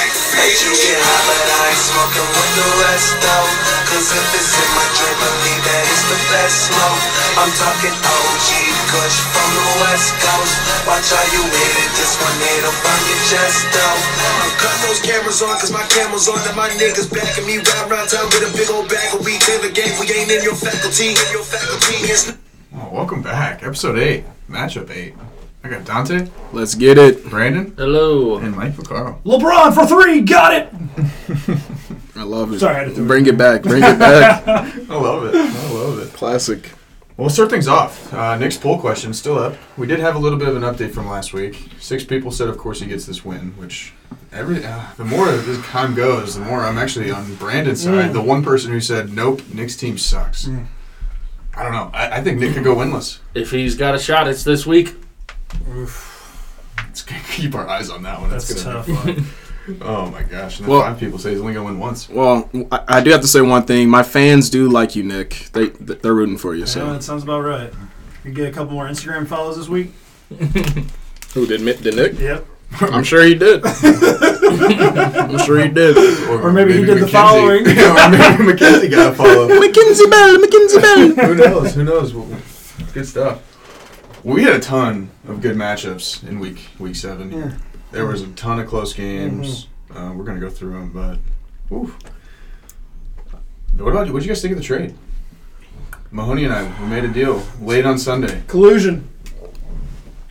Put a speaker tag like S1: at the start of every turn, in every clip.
S1: You get high, but I ain't smoking with the rest though. Cause if it's in my drink, believe that it's the best smoke. I'm talking OG Kush from the West Coast. Watch how you hit it, this one it'll burn your chest out.
S2: I'm cutting those cameras on, cause my camera's on, and my niggas backing me right around town with a big old bag of weed. Clear the game, we ain't in your faculty, in your faculty. It's
S3: Oh, welcome back. Episode 8, matchup 8. I got Dante,
S4: Let's get it.
S3: Brandon,
S4: Hello.
S3: and Mike Vaccaro.
S5: LeBron for three, got it.
S4: I love it.
S5: Sorry, I had to do it.
S4: Bring it back. Bring it back.
S3: I love it. I love it.
S4: Classic.
S3: Well, let's start things off. Uh, Nick's poll question still up. We did have a little bit of an update from last week. Six people said, of course, he gets this win, which every uh, the more this time goes, the more I'm actually on
S5: Mm.
S3: Brandon's side. The one person who said, nope, Nick's team sucks. I don't know. I, I think Nick could go winless.
S6: If he's got a shot, it's this week.
S3: Let's keep our eyes on that one.
S5: That's
S3: gonna
S5: tough.
S3: be fun. oh, my gosh. And then
S4: Well-
S3: five people say he's only going to win once.
S4: Well, I, I do have to say one thing. My fans do like you, Nick. They they're rooting for you.
S5: Yeah,
S4: So
S5: that sounds about right. You get a couple more Instagram follows this week.
S4: who did Mi- did Nick?
S5: Yep.
S4: I'm sure he did. I'm sure he did.
S5: Or maybe he did the following.
S3: or maybe McKenzie got a follow.
S4: McKinsey Bell. McKinsey Bell.
S3: who knows? Who knows? Well, Good stuff. We had a ton of good matchups in week week seven. here. There was a ton of close games.
S5: Mm-hmm.
S3: Uh, we're gonna go through them, but oof. What about you? What did you guys think of the trade? Mahoney and I we made a deal late on Sunday.
S5: Collusion.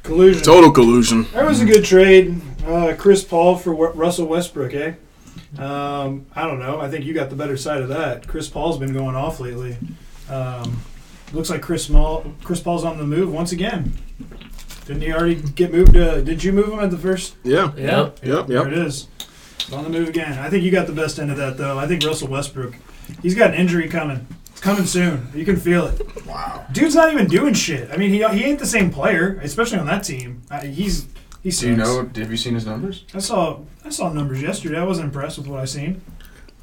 S5: Collusion.
S4: Total collusion.
S5: That was a good trade. Uh, Chris Paul for w- Russell Westbrook, eh? Um, I don't know. I think you got the better side of that. Chris Paul's been going off lately. Um, looks like Chris Small, Chris Paul's on the move once again. Didn't he already get moved? To, did you move him at the first?
S4: Yeah.
S6: Yep.
S4: Yep.
S5: There
S4: Yep.
S5: it is. He's on the move again. I think you got the best end of that, though. I think Russell Westbrook, he's got an injury coming. It's coming soon. You can feel it.
S3: Wow.
S5: Dude's not even doing shit. I mean, he, he ain't the same player, especially on that team. Uh, he's he's.
S3: Do you know? Have you seen his numbers?
S5: I saw I saw numbers yesterday. I wasn't impressed with what I seen.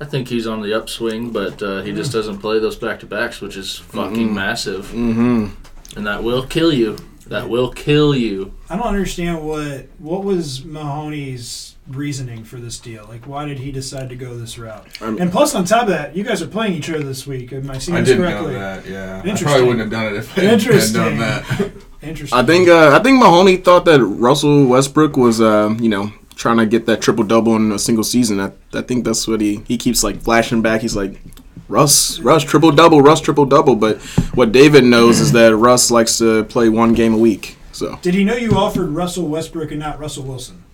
S6: I think he's on the upswing, but uh, he just doesn't play those back to backs, which is fucking massive,
S4: Mm-hmm.
S6: and that will kill you. That will kill you.
S5: I don't understand what what was Mahoney's reasoning for this deal. Like, why did he decide to go this route?
S4: I'm-
S5: and plus, on top of that, you guys are playing each other this week. Am I seeing
S3: I
S5: this
S3: didn't know
S5: correctly?
S3: that. Yeah. I probably
S5: Interesting.
S3: wouldn't have done it if I had done
S5: Interesting.
S3: that.
S5: Interesting.
S4: I think uh, I think Mahoney thought that Russell Westbrook was uh, you know trying to get that triple double in a single season. I, I think that's what he he keeps like flashing back. He's like Russ Russ triple double Russ triple double. But what David knows is that Russ likes to play one game a week. So
S5: Did he know you offered Russell Westbrook and not Russell Wilson?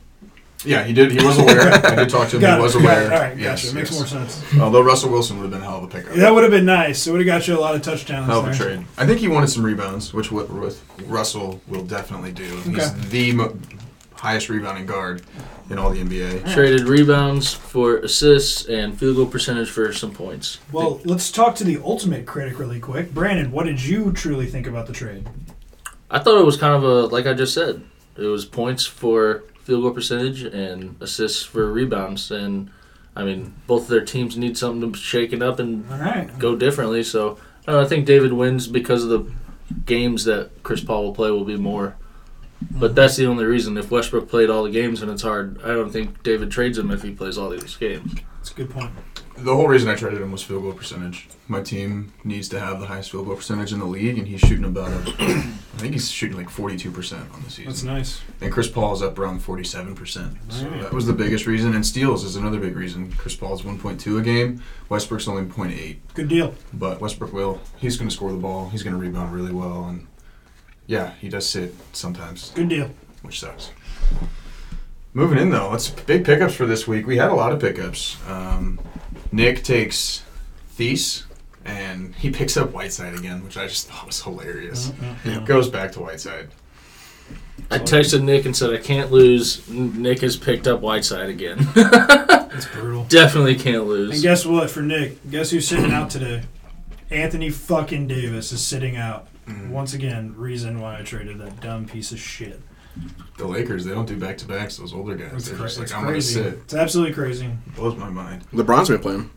S3: Yeah, he did. He was aware. I did talk to him.
S5: Got
S3: he was
S5: it.
S3: aware.
S5: Got it. All right,
S3: Yes,
S5: gotcha. Makes
S3: yes. Oh.
S5: more sense.
S3: Although Russell Wilson would have been a hell of a pickup.
S5: That would have been nice. It would have got you a lot of touchdowns.
S3: Hell of a
S5: there.
S3: trade. I think he wanted some rebounds, which with, with Russell will definitely do. He's
S5: Okay.
S3: the mo- highest rebounding guard in all the NBA.
S6: Traded rebounds for assists and field goal percentage for some points.
S5: Well, let's talk to the ultimate critic really quick. Brandon, what did you truly think about the trade?
S6: I thought it was kind of a like I just said. It was points for field goal percentage and assists for rebounds, and I mean both of their teams need something to shaken up and
S5: All right.
S6: go differently. So I, don't know, I think David wins because of the games that Chris Paul will play will be more. But that's the only reason. If Westbrook played all the games, and it's hard. I don't think David trades him if he plays all these games.
S5: That's a good point.
S3: The whole reason I traded him was field goal percentage. My team needs to have the highest field goal percentage in the league, and he's shooting about, a, I think he's shooting like 42% on the season.
S5: That's nice.
S3: And Chris Paul is up around 47%. So that was the biggest reason. And steals is another big reason. Chris Paul's 1.2 a game, Westbrook's only 0.8.
S5: Good deal.
S3: But Westbrook will. He's going to score the ball. He's going to rebound really well. And yeah, he does sit sometimes,
S5: Good deal.
S3: which sucks. Moving in though, it's big pickups for this week. We had a lot of pickups. Um, Nick takes Thies, and he picks up Whiteside again, which I just thought was hilarious.
S5: Uh,
S3: Goes back to Whiteside.
S6: I texted Nick and said I can't lose. Nick has picked up Whiteside again.
S5: That's brutal.
S6: Definitely can't
S5: And
S6: lose.
S5: guess what for Nick? Guess who's sitting out today? Anthony fucking Davis is sitting out.
S3: Mm-hmm.
S5: Once again, reason why I traded that dumb piece of shit.
S3: The Lakers, they don't do back to backs. Those older guys,
S5: It's,
S3: they're
S5: uh. cra-
S3: just like,
S5: it's
S3: I'm going to
S5: crazy.
S3: sit.
S5: It's absolutely crazy.
S3: Blows my mind.
S4: LeBron's been playing.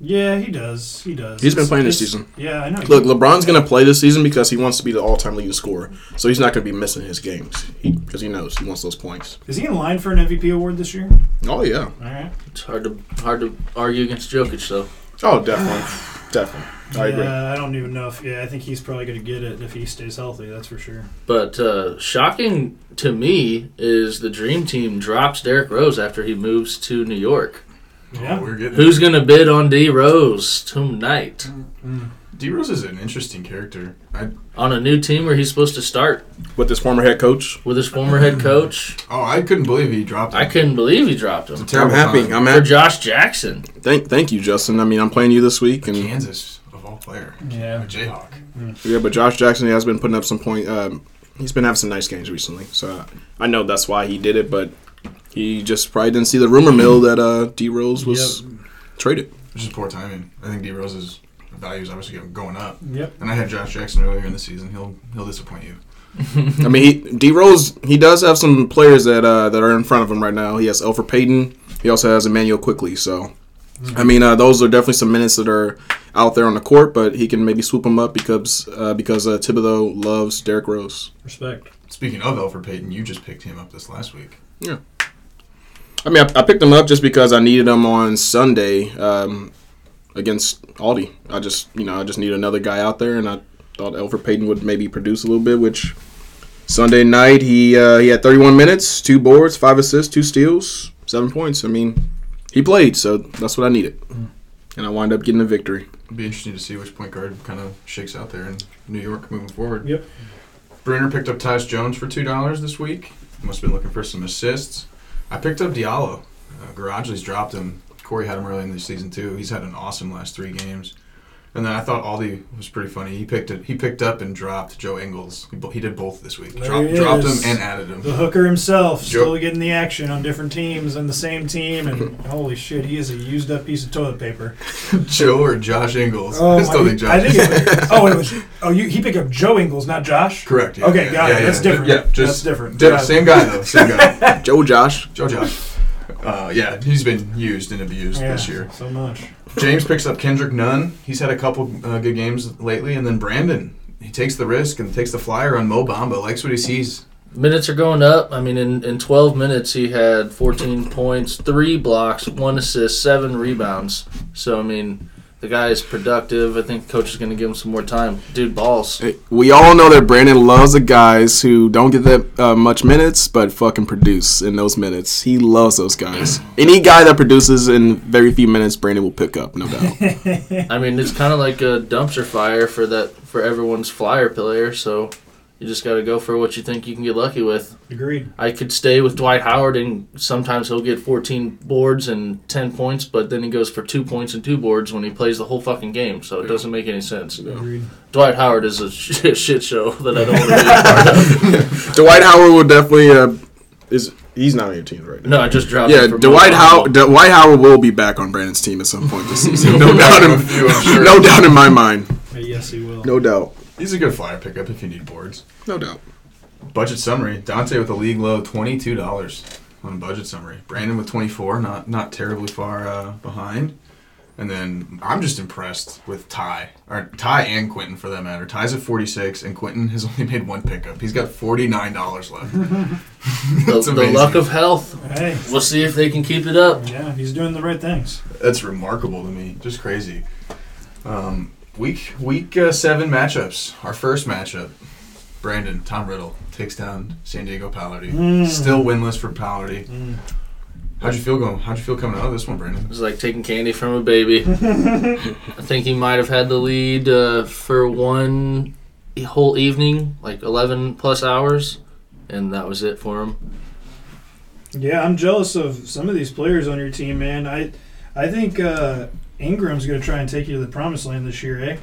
S5: Yeah, he does. He does.
S4: He's been
S5: It's-
S4: playing this
S5: it's-
S4: season.
S5: Yeah, I know.
S4: Look, LeBron's gonna play this season because he wants to be the all-time leading scorer. So he's not gonna be missing his games because he, knows he wants those points.
S5: Is he in line for an MVP award this year?
S4: Oh yeah.
S5: All right.
S6: It's hard to hard to argue against Jokic though.
S4: Oh, definitely, definitely. I
S5: yeah,
S4: agree.
S5: I don't even know if. Yeah, I think he's probably going to get it if he stays healthy. That's for sure.
S6: But uh, shocking to me is the Dream Team drops Derrick Rose after he moves to New York.
S5: Yeah.
S3: We're getting
S6: Who's gonna bid on D Rose tonight
S3: D Rose mm. is an interesting character. I
S6: on a new team where he's supposed to start
S4: With this former head coach,
S6: with his former head coach?
S3: oh I couldn't believe he dropped.
S6: I
S3: him.
S6: couldn't believe he dropped him
S3: It's a terrible
S4: I'm happy.
S3: time.
S4: I'm
S6: for
S4: happy.
S6: Josh Jackson.
S4: Thank, thank you, Justin. I mean, I'm playing you this week, and
S3: Kansas of all player, a
S5: Yeah.
S3: Jayhawk.
S4: yeah, but Josh Jackson has been putting up some point. Um, he's been having some nice games recently, so uh, I know that's why he did it. But he just probably didn't see the rumor mill that uh, D Rose was traded.
S3: It's just poor timing. I think D Rose's value is obviously going up.
S5: Yep.
S3: And I had Josh Jackson earlier in the season. He'll he'll disappoint you.
S4: I mean, he, D Rose he does have some players that uh, that are in front of him right now. He has Alfred Payton. He also has Emmanuel Quickly. So, I mean, uh, those are definitely some minutes that are out there on the court. But he can maybe swoop them up because uh, because uh, Thibodeau loves Derrick Rose.
S5: Respect.
S3: Speaking of Alfred Payton, you just picked him up this last week.
S4: I mean, I, I picked him up just because I needed him on Sunday um, against Aldi. I just, you know, I just need another guy out there, and I thought Alfred Payton would maybe produce a little bit. Which Sunday night he uh, he had 31 minutes, two boards, five assists, two steals, seven points. I mean, he played, so that's what I needed, and I wind up getting a victory.
S3: It'd be interesting to see which point guard kind of shakes out there in New York moving forward.
S5: Yep.
S3: Bruner picked up Tyus Jones for two dollars this week. Must have been looking for some assists. I picked up Diallo. Uh, Garagely's dropped him. Corey had him early in the season too. He's had an awesome last three games. And then I thought Aldi was pretty funny. He picked it. He picked up and dropped Joe Ingles. He, bo- he did both this week.
S5: There
S3: Dropped,
S5: he
S3: dropped him
S5: is.
S3: and added him.
S5: The hooker himself
S3: Joe-
S5: still getting the action on different teams and the same team, and holy shit, he is a used up piece of toilet paper. Oh
S3: Joe or Josh Ingles. I
S5: my-
S3: still think Josh.
S5: I think it, oh, it was, oh, you, he picked up Joe Ingles, not Josh.
S3: Correct. Yeah,
S5: okay,
S3: yeah,
S5: got
S3: yeah,
S5: it.
S3: yeah.
S5: That's different.
S3: Yeah, just
S5: That's different.
S3: di-
S5: Got it.
S3: same guy though. Same guy.
S4: Joe Josh,
S3: Joe Josh. Uh, yeah, he's been used and abused
S5: Yeah,
S3: this year.
S5: So much.
S3: James picks up Kendrick Nunn. He's had a couple uh, good games lately, and then Brandon. He takes the risk and takes the flyer on Mo Bamba. Likes what he sees.
S6: Minutes are going up. I mean, in, in 12 minutes, he had 14 points, three blocks, one assist, seven rebounds. So, I mean, the guy is productive. I think coach is going to give him some more time. Dude, balls.
S4: Hey, we all know that Brandon loves the guys who don't get that uh, much minutes, but fucking produce in those minutes. He loves those guys. Any guy that produces in very few minutes, Brandon will pick up, no doubt.
S6: I mean, it's kind of like a dumpster fire for that for everyone's flyer player. So, you just got to go for what you think you can get lucky with.
S5: Agreed.
S6: I could stay with Dwight Howard, and sometimes he'll get 14 boards and 10 points, but then he goes for two points and two boards when he plays the whole fucking game. So, it doesn't make any sense.
S5: Agreed.
S6: Dwight Howard is a shit, shit show that I don't want to be a part of.
S4: Dwight Howard will definitely uh, is he's not on your team right now.
S6: No, I just dropped.
S4: Yeah,
S6: him for
S4: Dwight
S6: Mo
S4: Howard.
S6: Bamba.
S4: Dwight Howard will be back on Brandon's team at some point this season. No doubt. In,
S3: You, I'm sure.
S4: no doubt in my mind.
S5: Uh, yes, he will.
S4: No doubt.
S3: He's a good flyer pickup if you need boards.
S4: No doubt.
S3: Budget summary: Dante with a league low twenty two dollars on a budget summary. Brandon with twenty four, not not terribly far uh, behind. And then I'm just impressed with Ty or Ty and Quentin for that matter. Ty's at forty six, and Quentin has only made one pickup. He's got forty nine dollars left.
S6: The,
S3: That's
S6: the
S3: amazing.
S6: luck of health.
S5: Hey.
S6: We'll see if they can keep it up.
S5: Yeah, he's doing the right things.
S3: That's remarkable to me. Just crazy. Um, week week uh, seven matchups. Our first matchup. Brandon Tom Riddle takes down San Diego Pallardy.
S5: Mm.
S3: Still winless for Pallardy. How'd you feel going? How'd you feel coming out of this one, Brandon?
S6: It's like taking candy from a baby. I think he might have had the lead uh, for one e- whole evening, like 11 plus hours, and that was it for him.
S5: Yeah, I'm jealous of some of these players on your team, man. I, I think uh, Ingram's going to try and take you to the promised land this year, eh?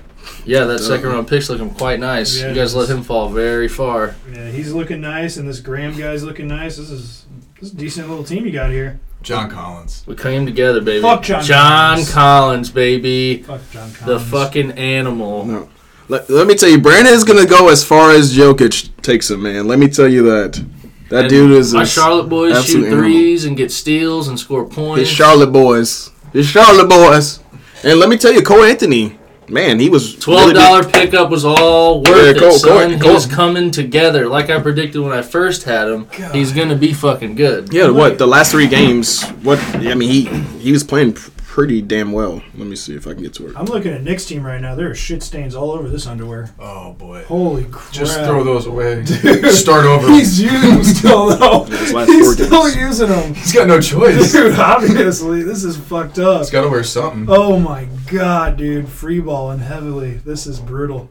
S6: Yeah,
S3: Oh.
S6: that
S5: Uh-huh.
S6: second round pick's looking quite nice.
S5: Yeah,
S6: you
S5: it
S6: guys let
S5: is.
S6: him fall very far.
S5: Yeah, he's looking nice, and this Graham guy's looking nice. This is this is a decent little team you got here.
S3: John Collins.
S6: We came together, baby.
S5: Fuck John
S6: John
S5: Collins.
S6: Collins, baby.
S5: Fuck John Collins.
S6: The fucking animal.
S4: No. Let, let me tell you, Brandon is gonna go as far as Jokic takes him, man. Let me tell you that. That
S6: And
S4: dude is
S6: my
S4: a-
S6: Charlotte boys shoot
S4: absolute animal.
S6: threes and get steals and score points.
S4: It's Charlotte boys. It's Charlotte boys. And let me tell you, Cole Anthony, man, he was
S6: Twelve dollar
S4: really
S6: pickup was all worth
S4: Yeah,
S6: it,
S4: Cole-
S6: son.
S4: Cole- Cole-
S6: He's coming together, like I predicted when I first had him. He's gonna be fucking good.
S4: big- Yeah, what the last three games? What I mean, he he was playing pr- pretty damn well. Let me see if I can get to it.
S5: I'm looking at Nick's team right now. There are shit stains all over this underwear.
S2: Oh boy.
S5: Holy crap!
S3: Just throw those away. Start over.
S5: He's using them still though.
S4: His last
S5: He's
S4: four
S5: still
S4: games.
S5: using them,
S3: He's got no choice.
S5: dude. Obviously, this is fucked up.
S3: He's got to wear something.
S5: Oh my god, dude! Free balling heavily. This is brutal.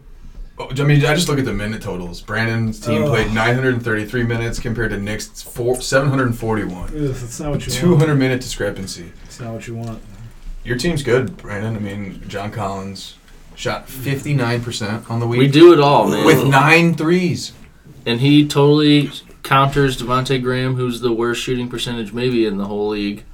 S3: Oh, I mean, I just look at the minute totals. Brandon's team
S5: Oh.
S3: played 933 minutes compared to Nick's four, 741.
S5: Ugh, that's not what you want.
S3: 200 minute discrepancy.
S5: That's not what you want.
S3: Your team's good, Brandon. I mean, John Collins shot 59% on the week
S6: We do it all, man.
S3: with nine threes.
S6: and he totally counters Devonte Graham, who's the worst shooting percentage maybe in the whole league.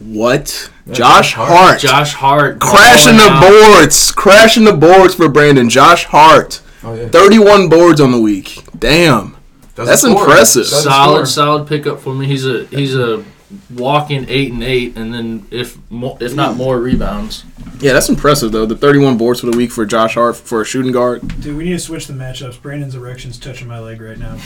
S4: What? Josh
S3: Hart.
S4: Hart.
S6: Josh Hart
S4: Crashing
S6: balling
S4: the
S6: out.
S4: boards, crashing the boards for Brandon. Josh Hart,
S3: Oh, yeah.
S4: thirty-one boards on the week. Damn,
S3: Doesn't
S4: That's
S3: score.
S4: impressive.
S3: Doesn't
S6: solid,
S3: score.
S6: solid pickup for me. He's a he's a walking eight and eight, and then if mo- if
S4: Mm.
S6: not more rebounds.
S4: yeah, that's impressive though. The thirty-one boards for the week for Josh Hart for a shooting guard.
S5: Dude, we need to switch the matchups. Brandon's erection's touching my leg right now.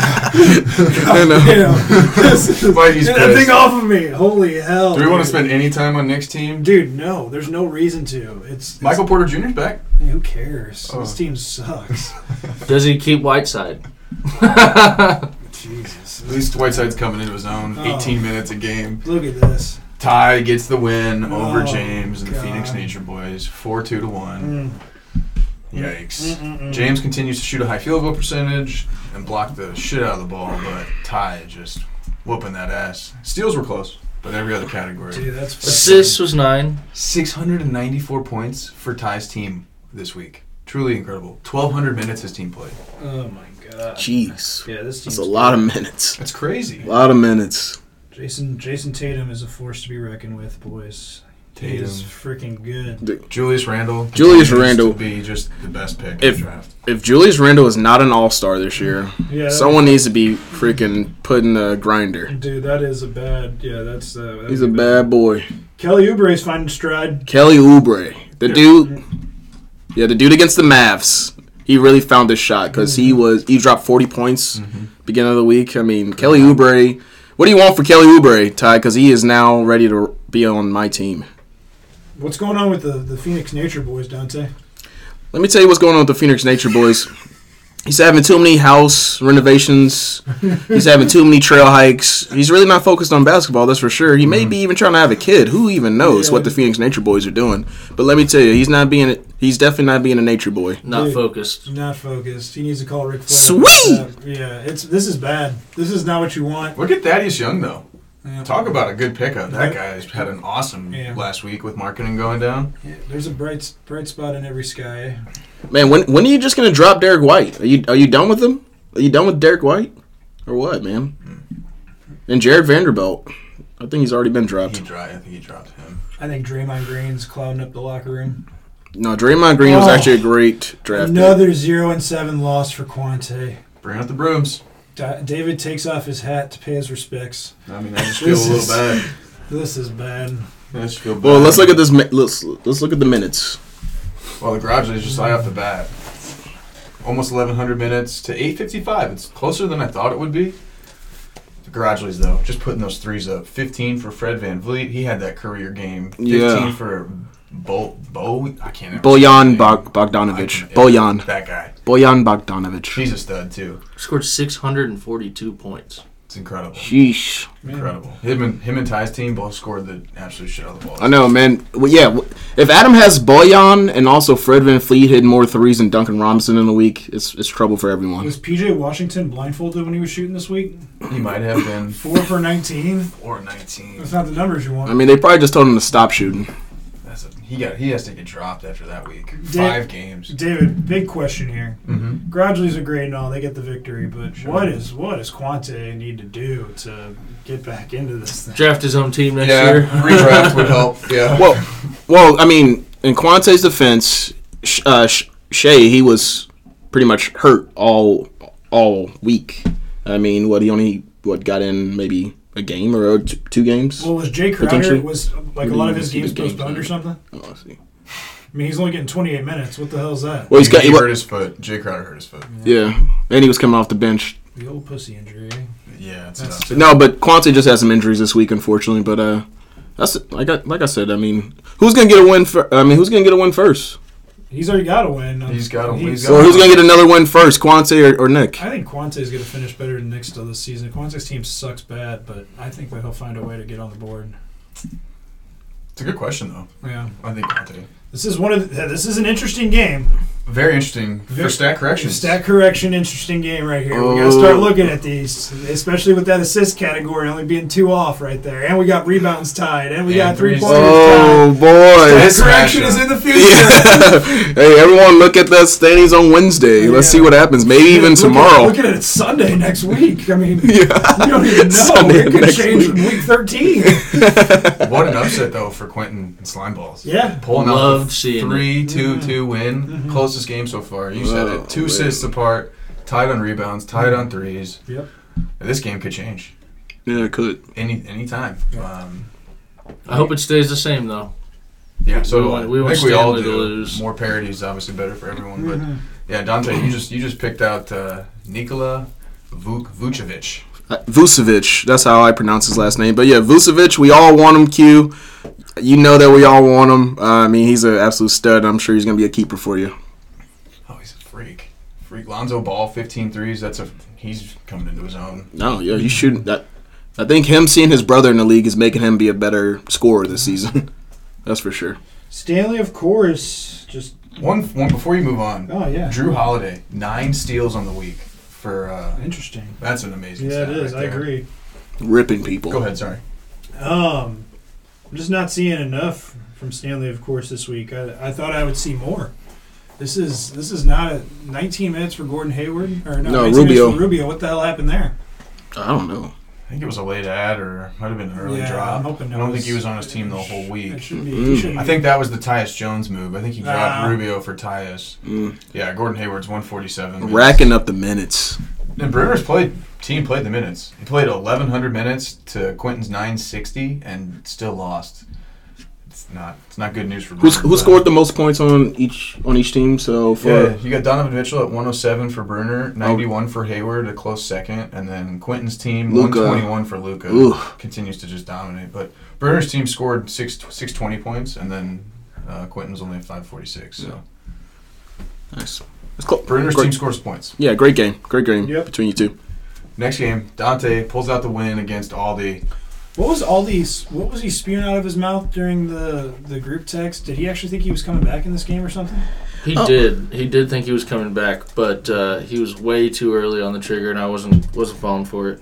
S4: I know.
S5: You know, this is-
S3: Why he's
S5: Get that
S3: pissed.
S5: thing off of me! Holy hell!
S3: Do we want to
S5: dude.
S3: spend any time on Nick's team?
S5: Dude, no. There's no reason to. It's, it's
S3: Michael Porter Jr.'s back.
S5: Hey, who cares?
S3: Oh.
S5: This team sucks.
S6: Does he keep Whiteside?
S5: Jesus.
S3: At least Whiteside's coming into his own.
S5: Oh.
S3: 18 minutes a game.
S5: Look at this.
S3: Ty gets the win over
S5: Oh,
S3: James and the Phoenix
S5: God.
S3: Nature Boys, four two to one.
S5: Mm.
S3: Yikes!
S5: Mm-mm-mm.
S3: James continues to shoot a high field goal percentage and block the shit out of the ball, but Ty just whooping that ass. Steals were close, but every other category.
S5: Dude, that's
S6: Assists was nine.
S3: Six hundred and ninety-four points for Ty's team this week. Truly incredible. Twelve hundred minutes his team played.
S5: Oh my god.
S4: Jeez,
S5: Yeah, this team's
S4: that's a lot of minutes.
S3: That's crazy.
S4: A lot of minutes.
S5: Jason Jason Tatum is a force to be reckoned with, boys. He
S3: Tatum.
S5: is freaking good.
S3: Julius Randle.
S4: Julius
S3: continues to
S4: Randle.
S3: be just the best pick in
S4: If-
S3: the draft.
S4: If Julius Randle is not an All Star this year,
S5: Yeah.
S4: someone needs to be freaking put in a grinder.
S5: Dude, that is a bad. Yeah, that's. Uh, that
S4: He's a
S5: would be
S4: bad boy.
S5: Kelly Oubre's finding stride.
S4: Kelly Oubre, the dude. Yeah, the dude against the Mavs. He really found his shot because he was he dropped forty points beginning of the week. I mean, Kelly Oubre. What do you want for Kelly Oubre, Ty? Because he is now ready to be on my team.
S5: What's going on with the, the Phoenix Nature Boys, Dante?
S4: Let me tell you what's going on with the Phoenix Nature Boys. He's having too many house renovations. He's having too many trail hikes. He's really not focused on basketball, that's for sure. He may be even trying to have a kid. Who even knows what the Phoenix Nature Boys are doing? But let me tell you, he's not being. He's definitely not being a nature boy.
S6: Not
S5: Dude.
S6: focused.
S5: Not focused. He needs to call Rick Flair.
S4: Sweet!
S5: Yeah, it's this is bad. This is not what you want.
S3: Look at Thaddeus Young though.
S5: Yeah.
S3: Talk about a good pickup. That
S5: Yeah.
S3: guy's had an awesome
S5: Yeah.
S3: last week with marketing going down.
S5: Yeah, there's a bright bright spot in every sky. eh?
S4: Man, when when are you just gonna drop Derek White? Are you are you done with him? Are you done with Derek White, or what, man? And Jared Vanderbilt, I think he's already been
S3: He
S4: dropped.
S3: dropped. I think he dropped him.
S5: I think Draymond Green's clouding up the locker room.
S4: No, Draymond Green was
S5: Oh.
S4: actually a great draft. pick.
S5: Another zero and seven loss for Quante.
S3: Bring out the brooms.
S5: Da- David takes off his hat to pay his respects.
S3: I mean, I just feel a
S5: This
S3: little
S5: is-
S3: bad.
S5: This is bad.
S3: I just feel bad.
S4: Well, let's look at this. mi- Let's let's look at the minutes.
S3: Well, the garage is just right off the bat. Almost 1,100 minutes to 8:55. It's closer than I thought it would be. The garage leads though, just putting those threes up. 15 for Fred Van Vliet. He had that career game. 15
S4: Yeah.
S3: for Bo. Bo. I can't. ever say
S4: Bojan
S3: his
S4: Bog-
S3: name. I
S4: Bogdanovic.
S3: can-
S4: Bojan.
S3: That guy.
S4: Bojan Bogdanovic.
S3: He's a stud too.
S6: Scored six hundred and forty-two points.
S3: It's incredible.
S4: Sheesh.
S5: Man.
S3: Incredible. Him and him and Ty's team both scored the absolute shit out of the ball.
S4: I know, man. Well, yeah, w- if Adam has Bojan and also Fred Van Fleet hitting more threes than Duncan Robinson in the week, it's it's trouble for everyone.
S5: Was PJ Washington blindfolded when he was shooting this week?
S3: He might have been
S5: Four for 19?
S3: four and nineteen.
S5: That's not the numbers you want.
S4: I mean, they probably just told him to stop shooting.
S3: That's a, he got he has to get dropped after that week.
S5: Did-
S3: Five games.
S5: David, big question here.
S3: Mm-hmm.
S5: Gradley's are great and all; they get the victory, but what is what does Quante need to do to get back into this thing?
S6: Draft his own team next
S3: Yeah,
S6: year.
S3: redraft would help. Yeah.
S4: Well, well, I mean, in Quante's defense, Sh- uh, Sh- Shea he was pretty much hurt all all week. I mean, what he only what got in maybe a game or uh, t- two games?
S5: Well, was Jay
S4: Potentially.
S5: Crowder was like a lot of his
S4: He was
S5: games
S4: game
S5: postponed
S4: plan.
S5: or something?
S4: Oh, I see.
S5: I mean, he's only getting 28 minutes. What the hell is that?
S4: Well, he's got
S3: he
S4: he,
S3: hurt his foot. Jay Crowder hurt his foot.
S4: yeah, and he was coming off the bench.
S5: The old pussy injury.
S3: Yeah, it's
S5: That's
S3: enough.
S4: No, but Quante just had some injuries this week, unfortunately. But uh, that's like I like I said. I mean, who's gonna get a win? Fir- I mean, who's gonna get a win first?
S5: He's already got a win.
S3: He's got a- he's
S4: Or who's gonna get another win first, Quante or, or Nick?
S5: I think Quante's going to finish better than Nick still this season. Quante's team sucks bad, but I think that he'll find a way to get on the board.
S3: It's a good question though.
S5: Yeah,
S3: I think Anthony.
S5: this is one of the, this is an interesting game.
S3: Very interesting
S5: Very-
S3: for stat corrections. Oh.
S5: Stat correction, interesting game right here. We got to start looking at these, especially with that assist category only being two off right there, and we got rebounds tied, and we
S3: And
S5: got three
S3: threes.
S5: pointers tied.
S4: Oh boy!
S3: Stat
S5: Correction
S3: Smash
S5: is
S3: up.
S5: in the future.
S4: hey, everyone, look at the standings on Wednesday. Let's see
S5: Yeah.
S4: what happens. Maybe even
S5: Look at-
S4: tomorrow.
S5: Look at it, it's Sunday next week. I mean,
S4: Yeah.
S5: you don't even know.
S4: Sunday
S5: it could
S4: next
S5: change
S4: week.
S5: from week 13.
S3: What an upset though for Quentin and Slime Balls.
S5: yeah. Mm-hmm.
S3: Pulling
S6: Loved
S3: off a
S6: seeing
S3: three two two win. Closest game so far. You said
S4: Wow,
S3: it. Two
S4: wait.
S3: assists apart, tied on rebounds, tied on threes.
S5: Yep.
S3: This game could change.
S4: yeah, it could.
S3: Any any time. Um,
S6: I hope it stays the same though.
S3: yeah, so
S6: We
S3: do
S6: want-
S3: I.
S6: we
S3: I
S6: want
S3: think we all do.
S6: Stanley to lose.
S3: More parodies obviously better for everyone, but
S5: Mm-hmm.
S3: yeah, Dante, you just you just picked out uh, Nikola Vuk Vucevic.
S4: Uh, Vucevic. That's how I pronounce his last name. But yeah, Vucevic. We all want him. Q. You know that we all want him. Uh, I mean, he's an absolute stud. I'm sure he's gonna be a keeper for you.
S3: Oh, he's a freak. Freak Lonzo Ball, 15 threes. That's a he's coming into his own.
S4: No, yeah, you should. That, I think him seeing his brother in the league is making him be a better scorer this season. That's for sure.
S5: Stanley, of course, just,
S3: One one before you move on.
S5: oh, yeah.
S3: Drew Holiday, nine steals on the week for uh,
S5: Interesting.
S3: that's an amazing.
S5: Yeah, it
S3: stat
S5: is. I
S3: right there.
S5: agree.
S4: Ripping people.
S3: Go ahead. Sorry.
S5: Um, I'm just not seeing enough from Stanley, of course, this week. I, I thought I would see more. This is this is not a 19 minutes for Gordon Hayward or no, 19
S4: No,
S5: minutes
S4: Rubio.
S5: for Rubio. What the hell happened there?
S4: I don't know.
S3: I think it was a late ad or might have been an early
S5: Yeah,
S3: drop.
S5: I'm hoping
S3: I
S5: that
S3: don't
S5: was-
S3: think he was on his team the whole
S5: It
S3: week.
S5: should be.
S4: Mm.
S5: It should
S3: I think that was the Tyus Jones move. I think he dropped
S5: Ah.
S3: Rubio for Tyus.
S4: Mm.
S3: Yeah, Gordon Hayward's 147.
S4: Racking up the minutes.
S3: And Brewers played team played the minutes. He played 1100 minutes to Quentin's 960 and still lost. It's not it's not good news for
S4: Who's,
S3: Brewers.
S4: who scored the most points on each on each team? So far,
S3: Yeah, you got Donovan Mitchell at 107 for Bruner,
S4: Oh.
S3: 91 for Hayward, a close second, and then Quentin's team
S4: Luka.
S3: 121 for Luca
S4: Oof.
S3: continues to just dominate. But Bruner's team scored six 620 points, and then uh, Quentin's only at 546. So
S4: nice. It's clo-
S3: Bruner's
S4: great-
S3: team scores points.
S4: Yeah, great game. Great game
S5: Yep.
S4: between you two.
S3: Next game, Dante pulls out the win against Aldi.
S5: What was all these? What was he spewing out of his mouth during the the group text? Did he actually think he was coming back in this game or something?
S6: He
S4: Oh.
S6: did. He did think he was coming back, but uh, he was way too early on the trigger, and I wasn't wasn't falling for it.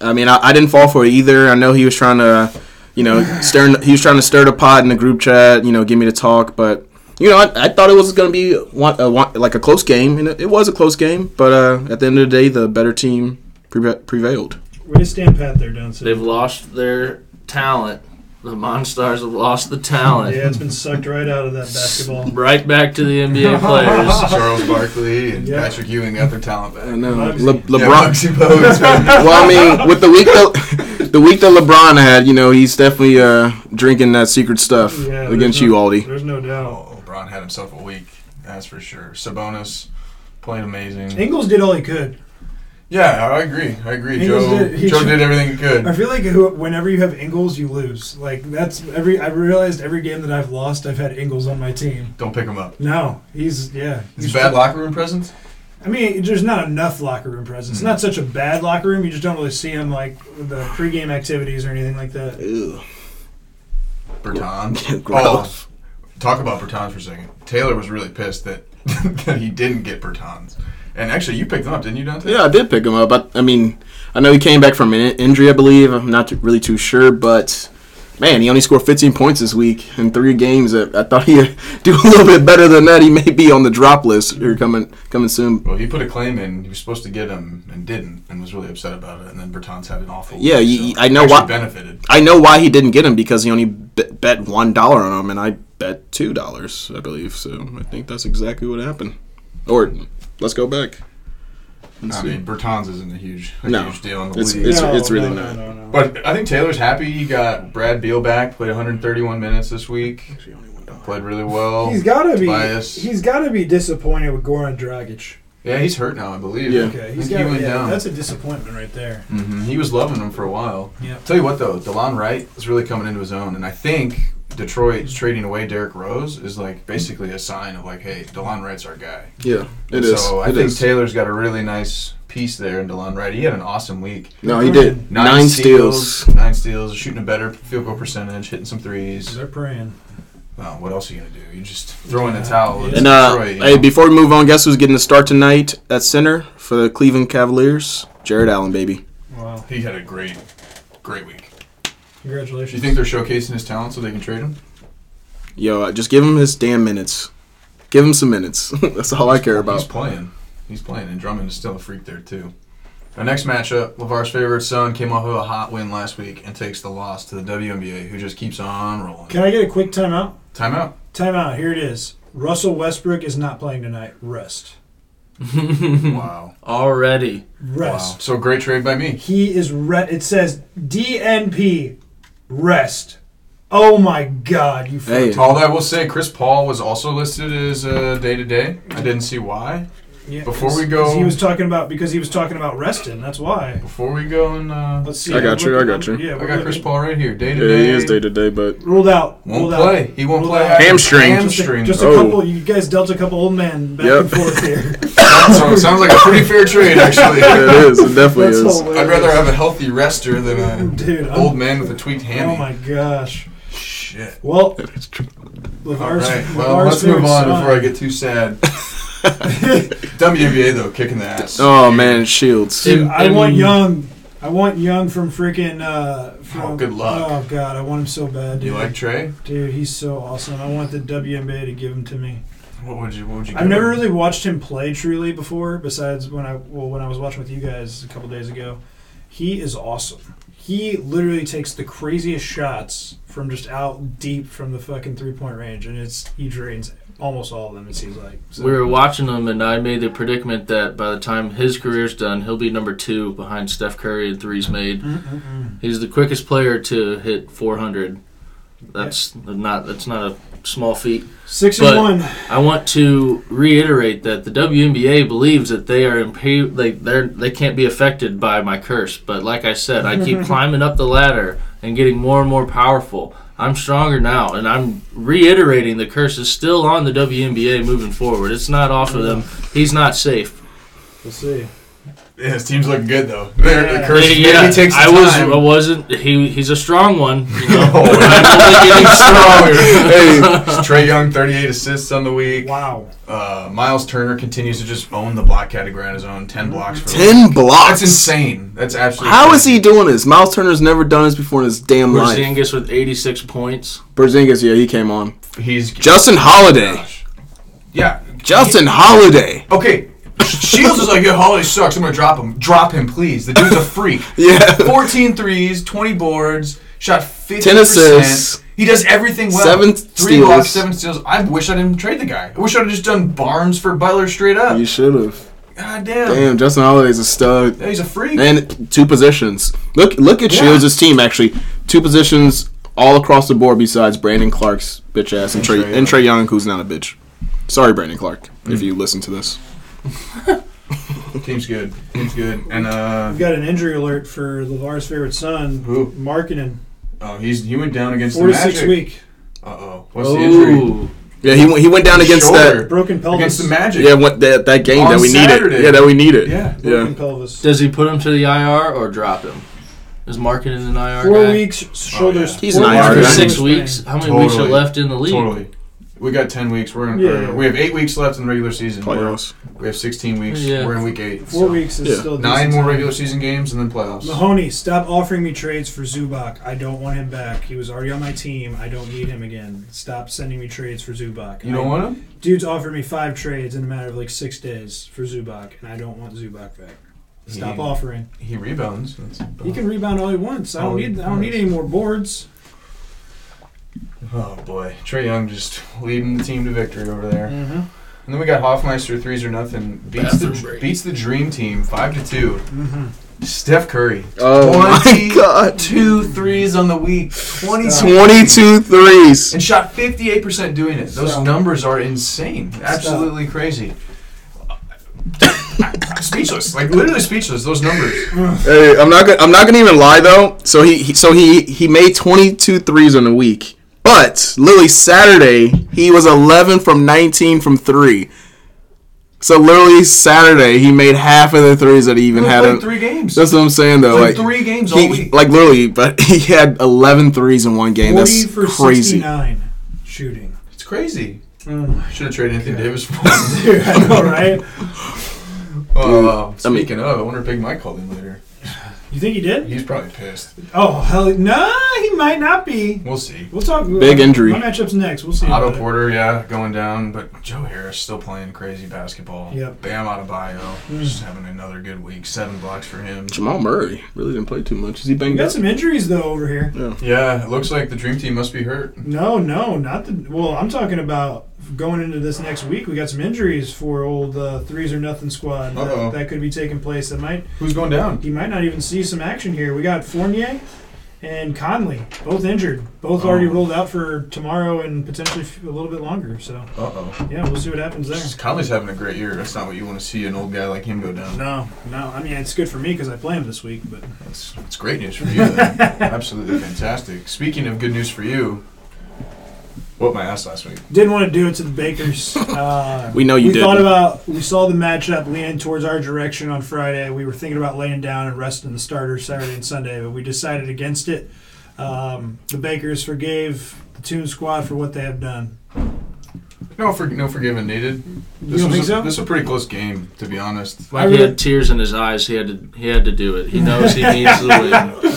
S4: I mean, I, I didn't fall for it either. I know he was trying to, you know, stir. He was trying to stir the pot in the group chat. You know, get me to talk. But you know, I, I thought it was going to be one, uh, one, like a close game, and it, it was a close game. But uh, at the end of the day, the better team preve- prevailed.
S5: Way to stand pat there, Don.
S6: They've lost their talent. The Monstars have lost the talent.
S5: Yeah, it's been sucked right out of that basketball.
S6: Right back to the NBA players.
S3: Charles Barkley and
S5: Yeah.
S3: Patrick Ewing got their talent back.
S4: I know
S5: Bugsy.
S4: Le- LeBron.
S3: Yeah, Bugsy Bogues, man.
S4: well, I mean, with the week that the week that LeBron had, you know, he's definitely uh, drinking that secret stuff
S5: Yeah, there's
S4: against
S5: no-
S4: you, Aldi.
S5: There's no doubt.
S3: Oh, LeBron had himself a week, that's for sure. Sabonis played amazing.
S5: Ingles did all he could.
S3: Yeah, I agree. I agree.
S5: He
S3: Joe,
S5: was the- he
S3: Joe
S5: should-
S3: did everything
S5: I
S3: good.
S5: feel like who, whenever you have Ingles, you lose. Like that's every. I realized every game that I've lost, I've had Ingles on my team.
S3: Don't pick him up.
S5: No, he's yeah.
S3: He's
S5: He's-
S3: a bad locker room presence. Mm-hmm.
S5: I mean, there's not enough locker room presence. It's not such a bad locker room. You just don't really see him like the pregame activities or anything like that.
S4: Ew.
S3: Berton.
S4: Gross.
S3: Oh, talk about Bertans for a second. Taylor was really pissed that, that he didn't get Bertans. And actually, you picked him up, didn't you, Dante?
S4: Yeah, I did pick him up. I, I mean, I know he came back from an in- injury, I believe. I'm not too, really too sure, but man, he only scored 15 points this week in three games. I, I thought he'd do a little bit better than that. He may be on the drop list here coming coming soon.
S3: Well, he put a claim in. He was supposed to get him and didn't, and was really upset about it. And then Bertans had an awful.
S4: Yeah,
S3: week,
S4: you- I
S3: he
S4: know
S3: actually
S4: why-
S3: benefited.
S4: I know why he didn't get him because he only bet, bet one dollar on him, and I bet two dollars, I believe. So I think that's exactly what happened. Or let's go back. Let's
S3: I
S4: see.
S3: mean, Bertans isn't a huge, a
S4: No.
S3: huge deal in the
S4: It's-
S3: league.
S4: it's- really
S5: no,
S4: not.
S5: No, no, no.
S3: but I think Taylor's happy. He got Brad Beal back. Played 131 minutes this week.
S4: Actually, only one dollar.
S3: Played really well.
S5: he's got to be.
S3: Tobias.
S5: He's got to be disappointed with Goran Dragic.
S3: yeah, he's hurt now, I believe.
S4: Yeah.
S5: Okay, he's
S3: He
S5: got.
S3: went
S5: Yeah,
S3: down.
S5: That's a disappointment right there.
S3: hmm He was loving him for a while.
S5: Yeah.
S3: Tell you what though, Delon Wright is really coming into his own, and I think Detroit trading away Derrick Rose is like basically a sign of like, hey, Delon Wright's our guy.
S4: Yeah, it
S3: And
S4: is.
S3: So I
S4: It
S3: think
S4: is.
S3: Taylor's got a really nice piece there in Delon Wright. He had an awesome week.
S4: no, he did nine, steals.
S3: nine steals, shooting a better field goal percentage, hitting some threes.
S5: They're praying.
S3: Well, what else are you gonna do? You just throw in the towel. It's
S4: And uh,
S3: Detroit, you
S4: hey,
S3: know?
S4: before we move on, guess who's getting the start tonight at center for the Cleveland Cavaliers? Jared Allen, baby.
S5: Wow.
S3: he had a great, great week. Do you
S5: Congratulations.
S3: think they're showcasing his talent so they can trade him?
S4: Yo, uh, just give him his damn minutes. Give him some minutes. That's all I care
S3: He's
S4: about.
S3: playing. He's playing, and Drummond is still a freak there too. Our next matchup, LeVar's favorite son came off of a hot win last week and takes the loss to the WNBA, who just keeps on rolling.
S5: Can I get a quick timeout?
S3: Timeout.
S5: Timeout. Here it is. Russell Westbrook is not playing tonight. Rest.
S3: wow.
S6: Already.
S3: Wow.
S5: Rest.
S3: So great trade by me.
S5: He is. Re- it says DNP. Rest. Oh my God! You.
S4: Hey,
S3: All I will say, Chris Paul was also listed as day to day. I didn't see why.
S5: Yeah,
S3: Before
S5: 'cause-
S3: we go-
S5: 'cause he was talking about because he was talking about resting. That's why.
S3: Before we go, and uh,
S5: Let's see.
S4: I got you, I got you.
S5: Yeah,
S3: I
S5: we're
S3: got Chris
S5: looking-
S3: Paul right here, day to
S4: yeah, he is day
S3: day.
S4: to day, but
S5: Ruled out.
S3: Won't
S5: ruled
S3: play.
S5: out.
S3: He won't
S5: Ruled
S3: play.
S5: out.
S4: Hamstring.
S5: Just a,
S3: Hamstring.
S5: just a
S4: Oh.
S5: couple. You guys dealt a couple old men back
S4: Yep.
S5: and forth here.
S3: so it sounds like a pretty fair trade, actually.
S4: yeah, it is. It definitely
S5: That's
S4: is.
S5: hilarious.
S3: I'd rather have a healthy rester than an
S5: Dude, I'm-
S3: old man with a tweaked hammy.
S5: Oh my gosh.
S3: Shit.
S5: Well,
S4: true.
S5: LeVar's,
S3: Alright, well,
S5: LeVar's
S3: let's move
S5: favorite
S3: on
S5: son.
S3: before I get too sad. WNBA, though, kicking the ass.
S4: Oh man, Shields.
S5: Dude,
S6: In-
S5: I
S6: in-
S5: want Young. I want Young from freaking. Uh, from,
S3: Oh, good luck.
S5: Oh God, I want him so bad,
S3: Do
S5: dude.
S3: you like Trey?
S5: dude, he's so awesome. I want the WNBA to give him to me.
S3: What would you? What would you?
S5: I've
S3: give
S5: never
S3: him?
S5: really watched him play truly before, besides when I well when I was watching with you guys a couple days ago. He is awesome. He literally takes the craziest shots from just out deep from the fucking three point range, and it's he drains almost all of them. It seems like. So,
S6: We were watching him, and I made the predicament that by the time his career's done, he'll be number two behind Steph Curry in threes
S5: Mm-hmm.
S6: made.
S5: Mm-mm-mm.
S6: He's the quickest player to hit 400. That's not that's not a small feat.
S5: six
S6: But-
S5: and one.
S6: I want to reiterate that the WNBA believes that they are impa- they they're, they can't be affected by my curse. But like I said, I keep climbing up the ladder and getting more and more powerful. I'm stronger now, and I'm reiterating the curse is still on the WNBA moving forward. It's not off of them. He's not safe.
S5: We'll see.
S3: Yeah, his team's looking good though. They're,
S5: Yeah.
S3: The curse
S6: Yeah,
S3: maybe takes the
S6: I was
S3: time.
S6: I wasn't. He he's a strong one. You know?
S3: Oh,
S6: I'm only getting
S4: Oh,
S6: stronger.
S3: hey, Trey Young, 38 assists on the week.
S5: Wow.
S3: Uh, Miles Turner continues to just own the block category on his own. 10 blocks. For the week.
S4: Ten blocks.
S3: That's insane. That's absolutely.
S4: How is
S3: insane.
S4: he doing this? Miles Turner's never done this before in his damn life.
S6: Porzingis with 86 points.
S4: Porzingis, yeah, he came on.
S3: He's
S4: Justin Holiday.
S3: Oh Gosh. Yeah.
S4: Justin Holiday.
S3: Okay. Shields is like, yeah, Holiday sucks. I'm gonna drop him. Drop him, please. The dude's a freak.
S4: Yeah.
S3: 14 threes, 20 boards, shot 50
S4: 10 assists.
S3: He does everything well.
S4: Seven
S3: three
S4: steals.
S3: blocks, seven steals. I wish I didn't trade the guy. I wish I'd have just done Barnes for Butler straight up.
S4: You should have.
S3: God damn.
S4: Damn, Justin Holiday's a stud.
S3: Yeah, he's a freak.
S4: And two positions. Look look at
S3: Yeah.
S4: Shields' team actually. Two positions all across the board besides Brandon Clark's bitch ass and Trey
S3: Trae
S4: and Trey Young, who's not a bitch. Sorry, Brandon Clark,
S3: Hmm.
S4: if you listen to this.
S3: Team's good. Team's good. And uh,
S5: We've got an injury alert for LeVar's favorite son,
S3: Who?
S5: Markkinen.
S3: oh, he's he went down against
S5: Four
S3: the
S5: to six
S3: Magic.
S5: week.
S3: Uh oh. What's the injury?
S6: Ooh.
S4: Yeah, he went he went down against
S3: Shoulder.
S5: Broken pelvis.
S3: Against the Magic.
S4: that yeah, went that, that game
S3: On
S4: that we
S3: Saturday.
S4: needed. Yeah, that we needed.
S3: Yeah.
S5: Broken
S4: Yeah.
S5: pelvis.
S6: Does he put him to the IR or drop him? Is marketing an IR
S5: Four
S6: guy?
S5: weeks. Shoulders.
S3: yeah.
S4: He's
S5: four
S4: an
S5: weeks,
S4: IR
S6: After
S4: guy.
S5: shoulders
S6: six
S5: pain.
S6: weeks, how many weeks are
S3: Totally.
S6: left in the league?
S3: Totally. We got 10 weeks. We're in.
S5: Yeah,
S3: or
S5: yeah.
S3: We have eight weeks left in the regular season. We're-
S4: Playoffs.
S3: We have 16 weeks.
S6: Yeah.
S3: We're in week eight.
S5: Four
S3: so.
S5: weeks is
S4: Yeah.
S5: still a
S3: Nine
S5: decent
S3: more
S5: time.
S3: regular season games and then playoffs.
S5: Mahoney, stop offering me trades for Zubac. I don't want him back. He was already on my team. I don't need him again. Stop sending me trades for Zubac.
S3: You don't
S5: I-
S3: want him?
S5: Dude's offered me five trades in a matter of like six days for Zubac, and I don't want Zubac back. Stop
S3: He-
S5: offering.
S3: He rebounds. That's
S5: He can rebound all he wants. I
S3: All
S5: don't
S3: he
S5: need. I don't need
S3: wants.
S5: any more boards.
S3: oh boy, Trey Young just leading the team to victory over there.
S5: Mm-hmm.
S3: And then we got Hoffmeister threes or nothing beats
S6: Bathroom
S3: the
S6: break.
S3: beats the dream team five to 2
S5: Mm-hmm.
S3: Steph Curry
S4: Oh my
S3: Twenty-
S4: god.
S3: two threes on the week, twenty two,
S4: 22 threes.
S3: and shot fifty eight percent doing it. Those
S5: Stop.
S3: numbers are insane, absolutely crazy. I'm speechless, like literally speechless. Those numbers.
S4: Hey, I'm not gonna I'm not gonna even lie though. So he, he so he he made 22 threes in a week. But literally Saturday he was 11 from 19 from 3. So literally Saturday he made half of the threes that he even
S3: He
S4: had.
S3: played
S4: in-
S3: three games.
S4: That's what I'm saying though. Like
S3: Played three games all
S4: he,
S3: week.
S4: like literally, but he had 11 threes in one game. That's
S5: for
S4: crazy.
S5: 69 shooting.
S3: It's crazy.
S5: Mm.
S3: Should have traded Anthony
S5: Okay.
S3: Davis for him.
S5: Dude, I know, right?
S3: Uh,
S4: I mean-
S3: speaking of, I wonder if Big Mike called in later.
S5: You think he did?
S3: He's probably pissed.
S5: Oh, hell, nah, he might not be.
S3: We'll see.
S5: We'll talk.
S4: Big injury.
S5: My matchup's next. We'll see.
S3: Otto
S5: about it.
S3: Porter, yeah, going down, but Joe Harris still playing crazy basketball.
S5: Yep. Hmm.
S3: Bam Adebayo, just having another good week. Seven blocks for him.
S4: Jamal Murray really didn't play too much. Is he
S5: We
S4: banged
S5: got
S4: up?
S5: some injuries, though, over here.
S3: Yeah, it looks like the dream team must be hurt.
S5: No, no, not the. Well, I'm talking about going into this next week. We got some injuries for old uh, threes or nothing squad
S3: Uh-oh.
S5: that, that could be taking place. That might
S3: Who's going down?
S5: he might not even see some action here. We got Fournier and Conley, both injured, both
S3: Oh.
S5: already rolled out for tomorrow and potentially f- a little bit longer. So
S3: Uh oh.
S5: yeah, we'll see what happens there.
S3: Conley's having a great year. That's not what you want to see an old guy like him go down.
S5: No, no. I mean, it's good for me because I play him this week, but
S3: That's, that's great news for you. then. Absolutely fantastic. Speaking of good news for you, whooped my ass last week.
S5: didn't want to do it to the Bakers. Uh,
S4: We know you
S5: we
S4: did.
S5: thought about we saw the matchup leaning towards our direction on Friday. We were thinking about laying down and resting the starters Saturday and Sunday, but we decided against it. Um, the Bakers forgave the Toon Squad for what they have done.
S3: No, for, no forgiving needed.
S5: You
S3: This
S5: don't
S3: was
S5: think
S3: a,
S5: so?
S3: This was a pretty close game, to be honest.
S6: Mike he had tears in his eyes. He had to. He had to do it. He knows he needs the win.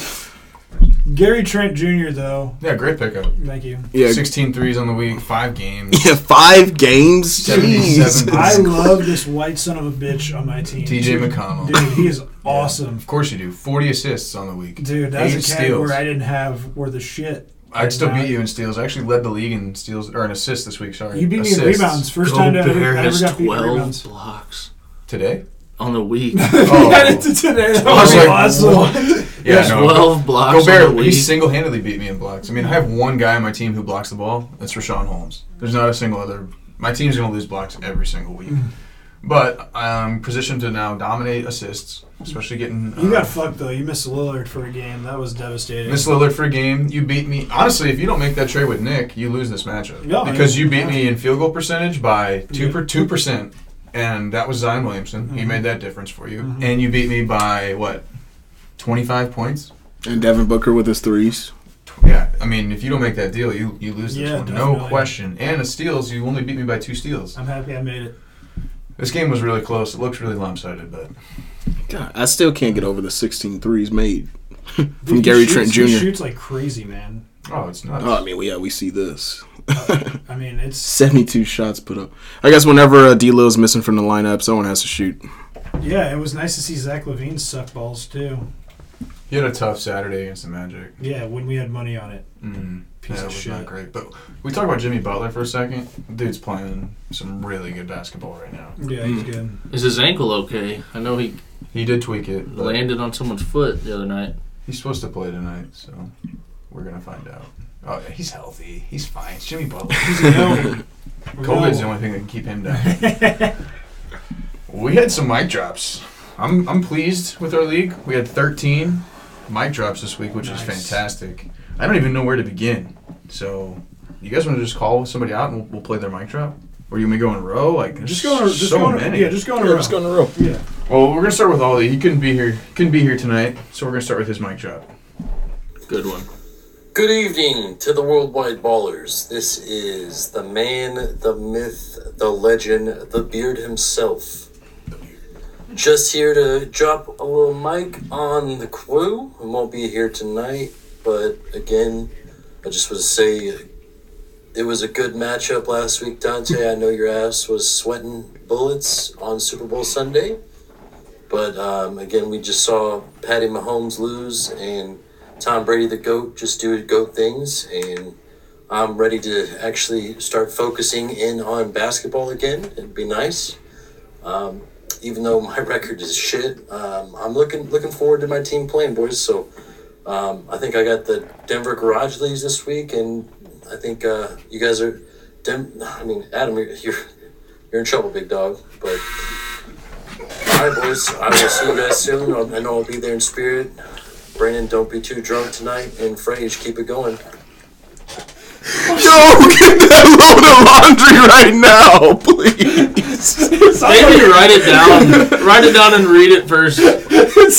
S5: Gary Trent Jr. though,
S3: Yeah, great pickup.
S5: thank you.
S4: Yeah,
S3: 16 threes on the week, five games.
S4: yeah, five games. Jeez.
S3: 77.
S5: I love this white son of a bitch on my team.
S3: TJ McConnell.
S5: dude, he is awesome.
S3: Of course you do. 40 assists on the week.
S5: Dude, that's
S3: Eight
S5: a category
S3: steals.
S5: I didn't have where the shit.
S3: I'd still
S5: Nah.
S3: beat you in steals. I actually led the league in steals or in assists this week. Sorry,
S5: You beat me in
S3: Assists.
S5: rebounds. First time I ever,
S6: Gobert
S5: I ever
S6: has
S5: got beat in
S6: twelve
S5: rebounds.
S6: blocks
S3: today.
S6: on the week.
S3: Oh.
S5: got into today. That
S3: I was
S5: was
S3: like,
S5: awesome.
S3: Yeah,
S6: Twelve blocks on the
S3: Gobert, he
S6: week.
S3: single-handedly beat me in blocks. I mean, I have one guy on my team who blocks the ball. That's Rashawn Holmes. There's not a single other. My team's gonna lose blocks every single week,
S5: Mm-hmm.
S3: but I'm positioned to now dominate assists, especially getting.
S5: You
S3: uh,
S5: got fucked though. You missed Lillard for a game. That was devastating.
S3: Miss Lillard for a game. You beat me. Honestly, if you don't make that trade with Nick, you lose this matchup
S5: Yeah,
S3: because
S5: I-
S3: you beat me in field goal percentage by two per two percent, and that was Zion Williamson.
S5: Mm-hmm.
S3: He made that difference for you, and you beat me by what twenty five points.
S4: And Devin Booker with his threes.
S3: Yeah, I mean, if you don't make that deal, you you lose this
S5: Yeah,
S3: one, no
S5: definitely.
S3: question. And the steals, you only beat me by two steals.
S5: I'm happy I made it.
S3: This game was really close. It looks really lopsided, but
S4: God, I still can't get over the 16 threes made
S5: Dude,
S4: from
S5: he
S4: Gary
S5: shoots-
S4: Trent
S5: he
S4: Jr.
S5: shoots like crazy, man.
S3: oh, it's nuts.
S4: Oh, I mean, we- yeah, we see this.
S5: I mean, it's
S4: 72 shots put up. I guess whenever uh, D Lil's missing from the lineup, someone has to shoot.
S5: yeah. It was nice to see Zach Levine suck balls too.
S3: he had a tough Saturday against the Magic.
S5: Yeah, when we had money on it.
S3: Mm,
S5: Piece
S3: that
S5: of
S3: was
S5: shit.
S3: not great. But we talk about Jimmy Butler for a second. Dude's playing some really good basketball right now.
S5: Yeah, he's good.
S6: Is his ankle okay? I know he
S3: He did tweak it. But
S6: landed on someone's foot the other night.
S3: He's supposed to play tonight, so we're gonna find out. Oh, yeah, he's healthy. He's fine. It's Jimmy Butler.
S5: He's a no.
S3: COVID's the
S5: No.
S3: only thing that can keep him down. we had some mic drops. I'm I'm pleased with our league. We had 13 mic drops this week, which is
S5: Nice.
S3: fantastic. I don't even know where to begin. So, you guys want to just call somebody out and we'll, we'll play their mic drop, or you may go in a row? Like there's
S5: Just going. Just
S3: so
S5: going.
S3: many.
S5: Yeah, just going around.
S4: to roll.
S5: yeah.
S3: Well, we're gonna start with Ollie. He couldn't be here. Couldn't be here tonight, so we're gonna start with his mic drop.
S6: Good one.
S7: Good evening to the worldwide ballers. This is the man, the myth, the legend, the beard himself. Just here to drop a little mic on the crew. I won't be here tonight, but again, I just want to say it was a good matchup last week, Dante. I know your ass was sweating bullets on Super Bowl Sunday, but um, again, we just saw Patty Mahomes lose and Tom Brady, the GOAT, just do goat things. And I'm ready to actually start focusing in on basketball again. It'd be nice. Um, even though my record is shit, um, I'm looking looking forward to my team playing, boys. So um, I think I got the Denver Garage Leagues this week, and I think uh, you guys are. Dem- I mean, Adam, you're, you're you're in trouble, big dog. But all right, boys, I will see you guys soon. I'll- I know I'll be there in spirit. Brandon, don't be too drunk tonight, and Frage, keep it going.
S4: Yo, get that load of laundry right now, please.
S6: Maybe write it down. write it down and read it first.
S5: he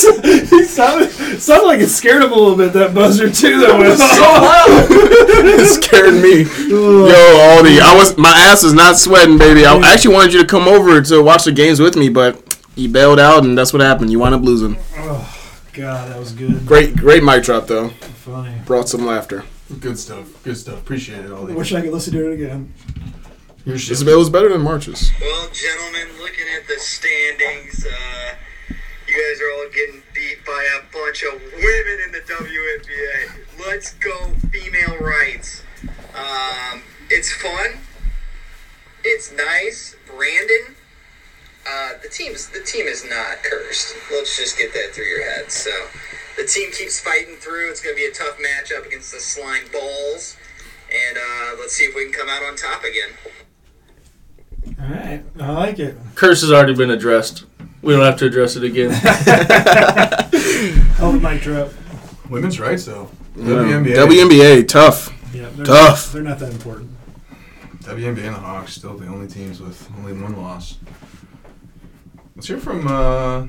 S5: sounded, sounded like it scared him a little bit, that buzzer, too, though. It was
S4: it scared me. Yo, Aldi, I was my ass is not sweating, baby. I actually wanted you to come over to watch the games with me, but you bailed out, and that's what happened. You wound up losing.
S5: Oh, God, that was good.
S4: Great, great mic drop though.
S5: Funny.
S4: Brought some laughter.
S3: Good stuff. Good stuff. Appreciate it, all.
S5: I wish I could listen to it again.
S3: Your shit.
S4: Isabel was better than March's.
S2: Well, gentlemen, looking at the standings, uh, you guys are all getting beat by a bunch of women in the WNBA. Let's go, female rights. Um, it's fun. It's nice, Brandon. Uh, the team's the team is not cursed. Let's just get that through your head. So, the team keeps fighting through. It's going to be a tough matchup against the slime balls, and uh, let's see if we can come out on top again.
S5: All right. I like it.
S6: Curse has already been addressed. We don't have to address it again.
S3: Oh
S5: Hell of a mic drop.
S3: Women's rights, though.
S4: WNBA.
S3: WNBA.
S4: WNBA, tough.
S5: Yeah, they're
S4: Tough.
S5: Not, they're not that important.
S3: WNBA and the Hawks still the only teams with only one loss. Let's hear from. Uh,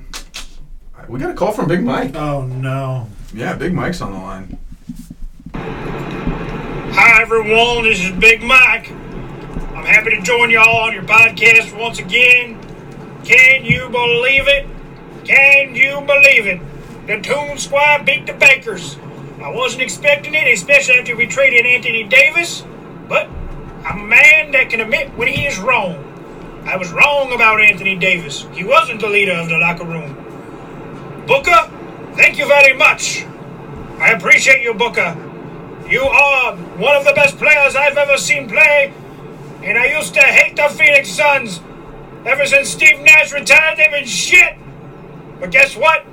S3: we got a call from Big Mike.
S5: Oh no.
S3: Yeah, Big Mike's on the line.
S8: Hi everyone, this is Big Mike. I'm happy to join y'all on your podcast once again. Can you believe it? Can you believe it? The Toon Squad beat the Bakers. I wasn't expecting it, especially after we traded Anthony Davis, but I'm a man that can admit when he is wrong. I was wrong about Anthony Davis. He wasn't the leader of the locker room. Booker, thank you very much. I appreciate you, Booker. You are one of the best players I've ever seen play, and I used to hate the Phoenix Suns. Ever since Steve Nash retired, they've been shit. But guess what?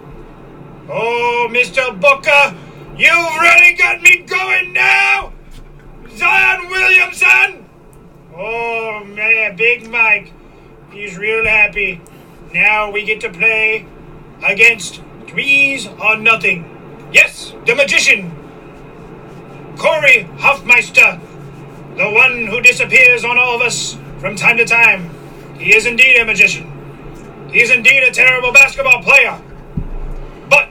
S8: Oh, Mr. Booker, you've really got me going now! Zion Williamson! Oh, man, Big Mike. He's real happy. Now we get to play against threes or nothing. Yes, the magician, Corey Hoffmeister, the one who disappears on all of us from time to time. He is indeed a magician. He is indeed a terrible basketball player. But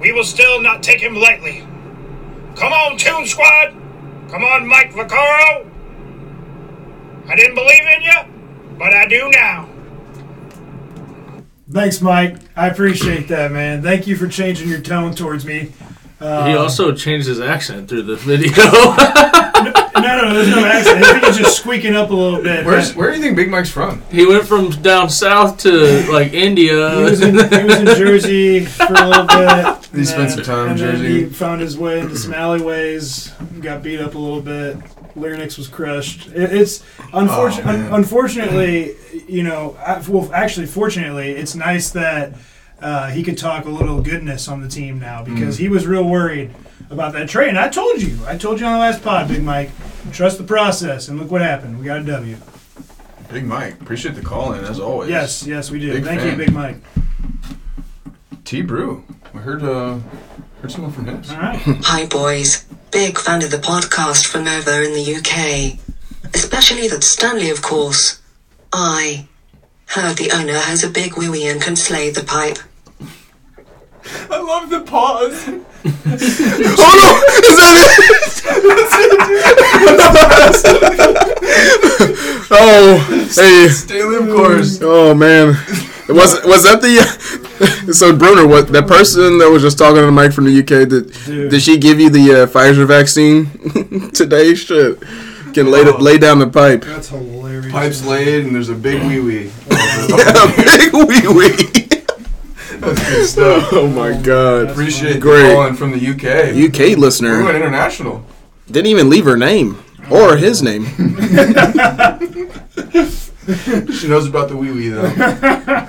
S8: we will still not take him lightly. Come on, Toon Squad! Come on, Mike Vaccaro! I didn't believe in you, but I do now.
S5: Thanks, Mike. I appreciate that, man. Thank you for changing your tone towards me.
S6: He also changed his accent through the video.
S5: No, Uh, no, no, there's no accident. I think he's just squeaking up a little bit.
S3: Where's Where do you think Big Mike's from?
S6: he went from down south to like India.
S3: Uh,
S5: he was, in, he was in Jersey for a little bit.
S3: He spent
S5: and
S3: some
S5: then-
S3: time in
S5: and then
S3: Jersey.
S5: He found his way into some alleyways, got beat up a little bit. Larynx was crushed. It, it's unfortunate.
S3: Oh, man.
S5: unfortunately, you know, I- well, actually, fortunately, it's nice that uh, he could talk a little goodness on the team now
S3: Mm.
S5: because he was real worried about that trade. And I told you, I told you on the last pod, Big Mike, trust the process. And look what happened. We got a W.
S3: Big Mike. Appreciate the call in as always.
S5: Yes, yes, we did.
S3: Big
S5: Thank
S3: fan.
S5: you, Big Mike.
S3: T Brew. We heard uh, heard someone from his.
S5: All right.
S9: Hi boys, big fan of the podcast from over in the UK. Especially that Stanley, of course. I heard the owner has a big wee wee and can slay the pipe.
S3: I love the pause.
S4: Oh no! Is that it? oh, hey.
S3: Daily, of course.
S4: Oh man, was was that the? So Bruner, what that person that was just talking on the mic from the UK? Did
S5: Dude.
S4: did she give you the uh, Pfizer vaccine today? Shit, can lay
S3: Oh.
S4: lay down the pipe.
S5: That's hilarious.
S3: Pipes laid, and there's a big wee wee.
S4: Big wee wee.
S3: Good stuff.
S4: Oh my god.
S3: Appreciate the
S4: Great.
S3: call in oh, from the UK.
S4: UK
S3: We went
S4: listener.
S3: international.
S4: Didn't even leave her name or his name.
S3: She knows about the wee wee though.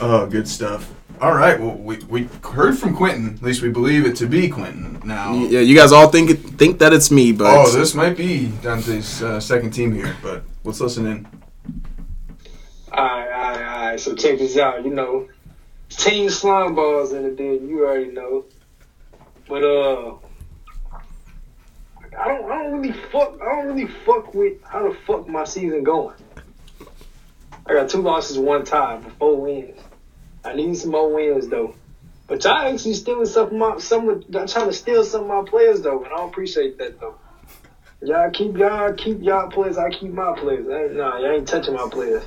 S3: oh, good stuff. All right. Well, we we heard from Quentin. At least we believe it to be Quentin now.
S4: Yeah, you guys all think it, think that it's me, but
S3: Oh, this might be Dante's uh, second team here, but let's listen in.
S10: Alright, alright, alright. So check this out. You know, team slime balls in the den. You already know. But uh, I don't, I don't really fuck, I don't really fuck with how the fuck my season going. I got two losses, one tie, but four wins. I need some more wins though. But y'all actually stealing some of my, some of, y'all trying to steal some of my players though, and I don't appreciate that though. Y'all keep y'all keep y'all players, I keep my players. I ain't, nah, y'all ain't touching my players.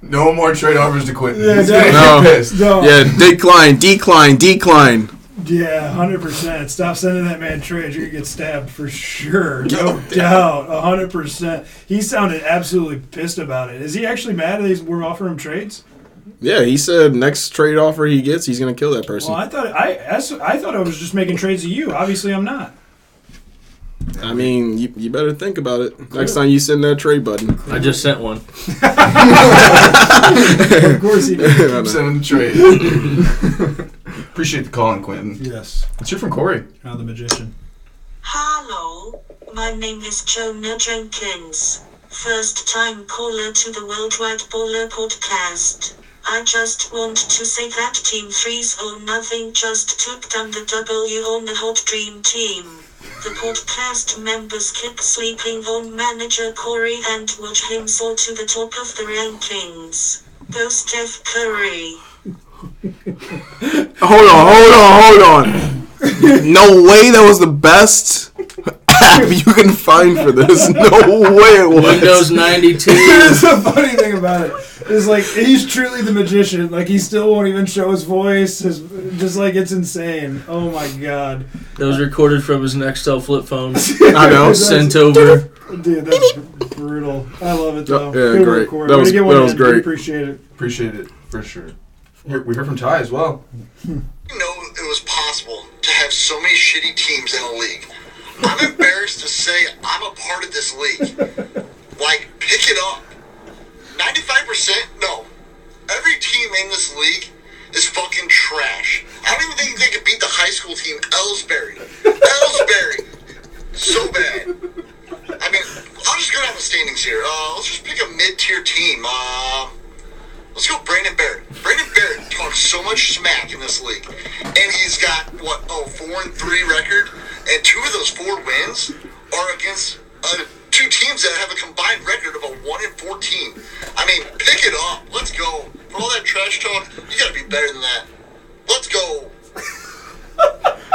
S3: No more trade offers to Quentin.
S5: Yeah,
S3: He's gonna
S4: no.
S3: get pissed.
S5: No.
S4: yeah, decline, decline, decline.
S5: Yeah, hundred percent. Stop sending that man trades. You're gonna get stabbed for sure. No doubt, hundred percent. He sounded absolutely pissed about it. Is he actually mad that he's- we're offering him trades?
S4: Yeah, he said next trade offer he gets, he's gonna kill that person.
S5: Well, I thought I that's- I thought I was just making trades of you. Obviously, I'm not.
S4: I mean, you, you better think about it next time you send that trade button.
S6: I just sent one.
S5: Of course, he did.
S3: Keep sending the trades. Appreciate the call, in, Quentin.
S5: yes,
S3: Let's hear from Corey.
S5: now the magician.
S11: Hello, my name is Jonah Jenkins. First time caller to the Worldwide Baller podcast. I just want to say that Team 3's or Nothing just took down the W on the Hot Dream Team. The podcast members keep sleeping on manager Corey and watch him soar to the top of the rankings. Go Steph Curry.
S4: Hold on, hold on, hold on. no way that was the best app you can find for this. No way it was.
S6: Windows 92.
S5: Here's the funny thing about it is like he's truly the magician. Like he still won't even show his voice. His just like it's insane. Oh my god,
S6: that was recorded from his Nextel flip phone.
S4: I know.
S6: Sent over.
S5: dude, that's brutal. I love it though.
S4: Yeah,
S5: Good
S4: great.
S5: work, Corey. Way
S4: That
S5: to
S4: was-
S5: get one
S4: that was
S5: in. We
S4: great.
S5: Appreciate it.
S3: Appreciate it for sure. Here- We heard from Ty as well.
S2: didn't know it was possible to have so many shitty teams in a league. I'm embarrassed to say I'm a part of this league. Like, pick it up. 95%? No. Every team in this league is fucking trash. I don't even think they could beat the high school team, Ellsbury. Ellsbury! So bad. I mean, I'm just gonna have the standings here. Uh, let's just pick a mid-tier team. Um, Let's go, Brandon Barrett. Brandon Barrett talks so much smack in this league, and he's got what oh four and three record, and two of those four wins are against uh, two teams that have a combined record of a one and fourteen. I mean, pick it up. Let's go. For all that trash talk, you gotta be better than that. Let's go.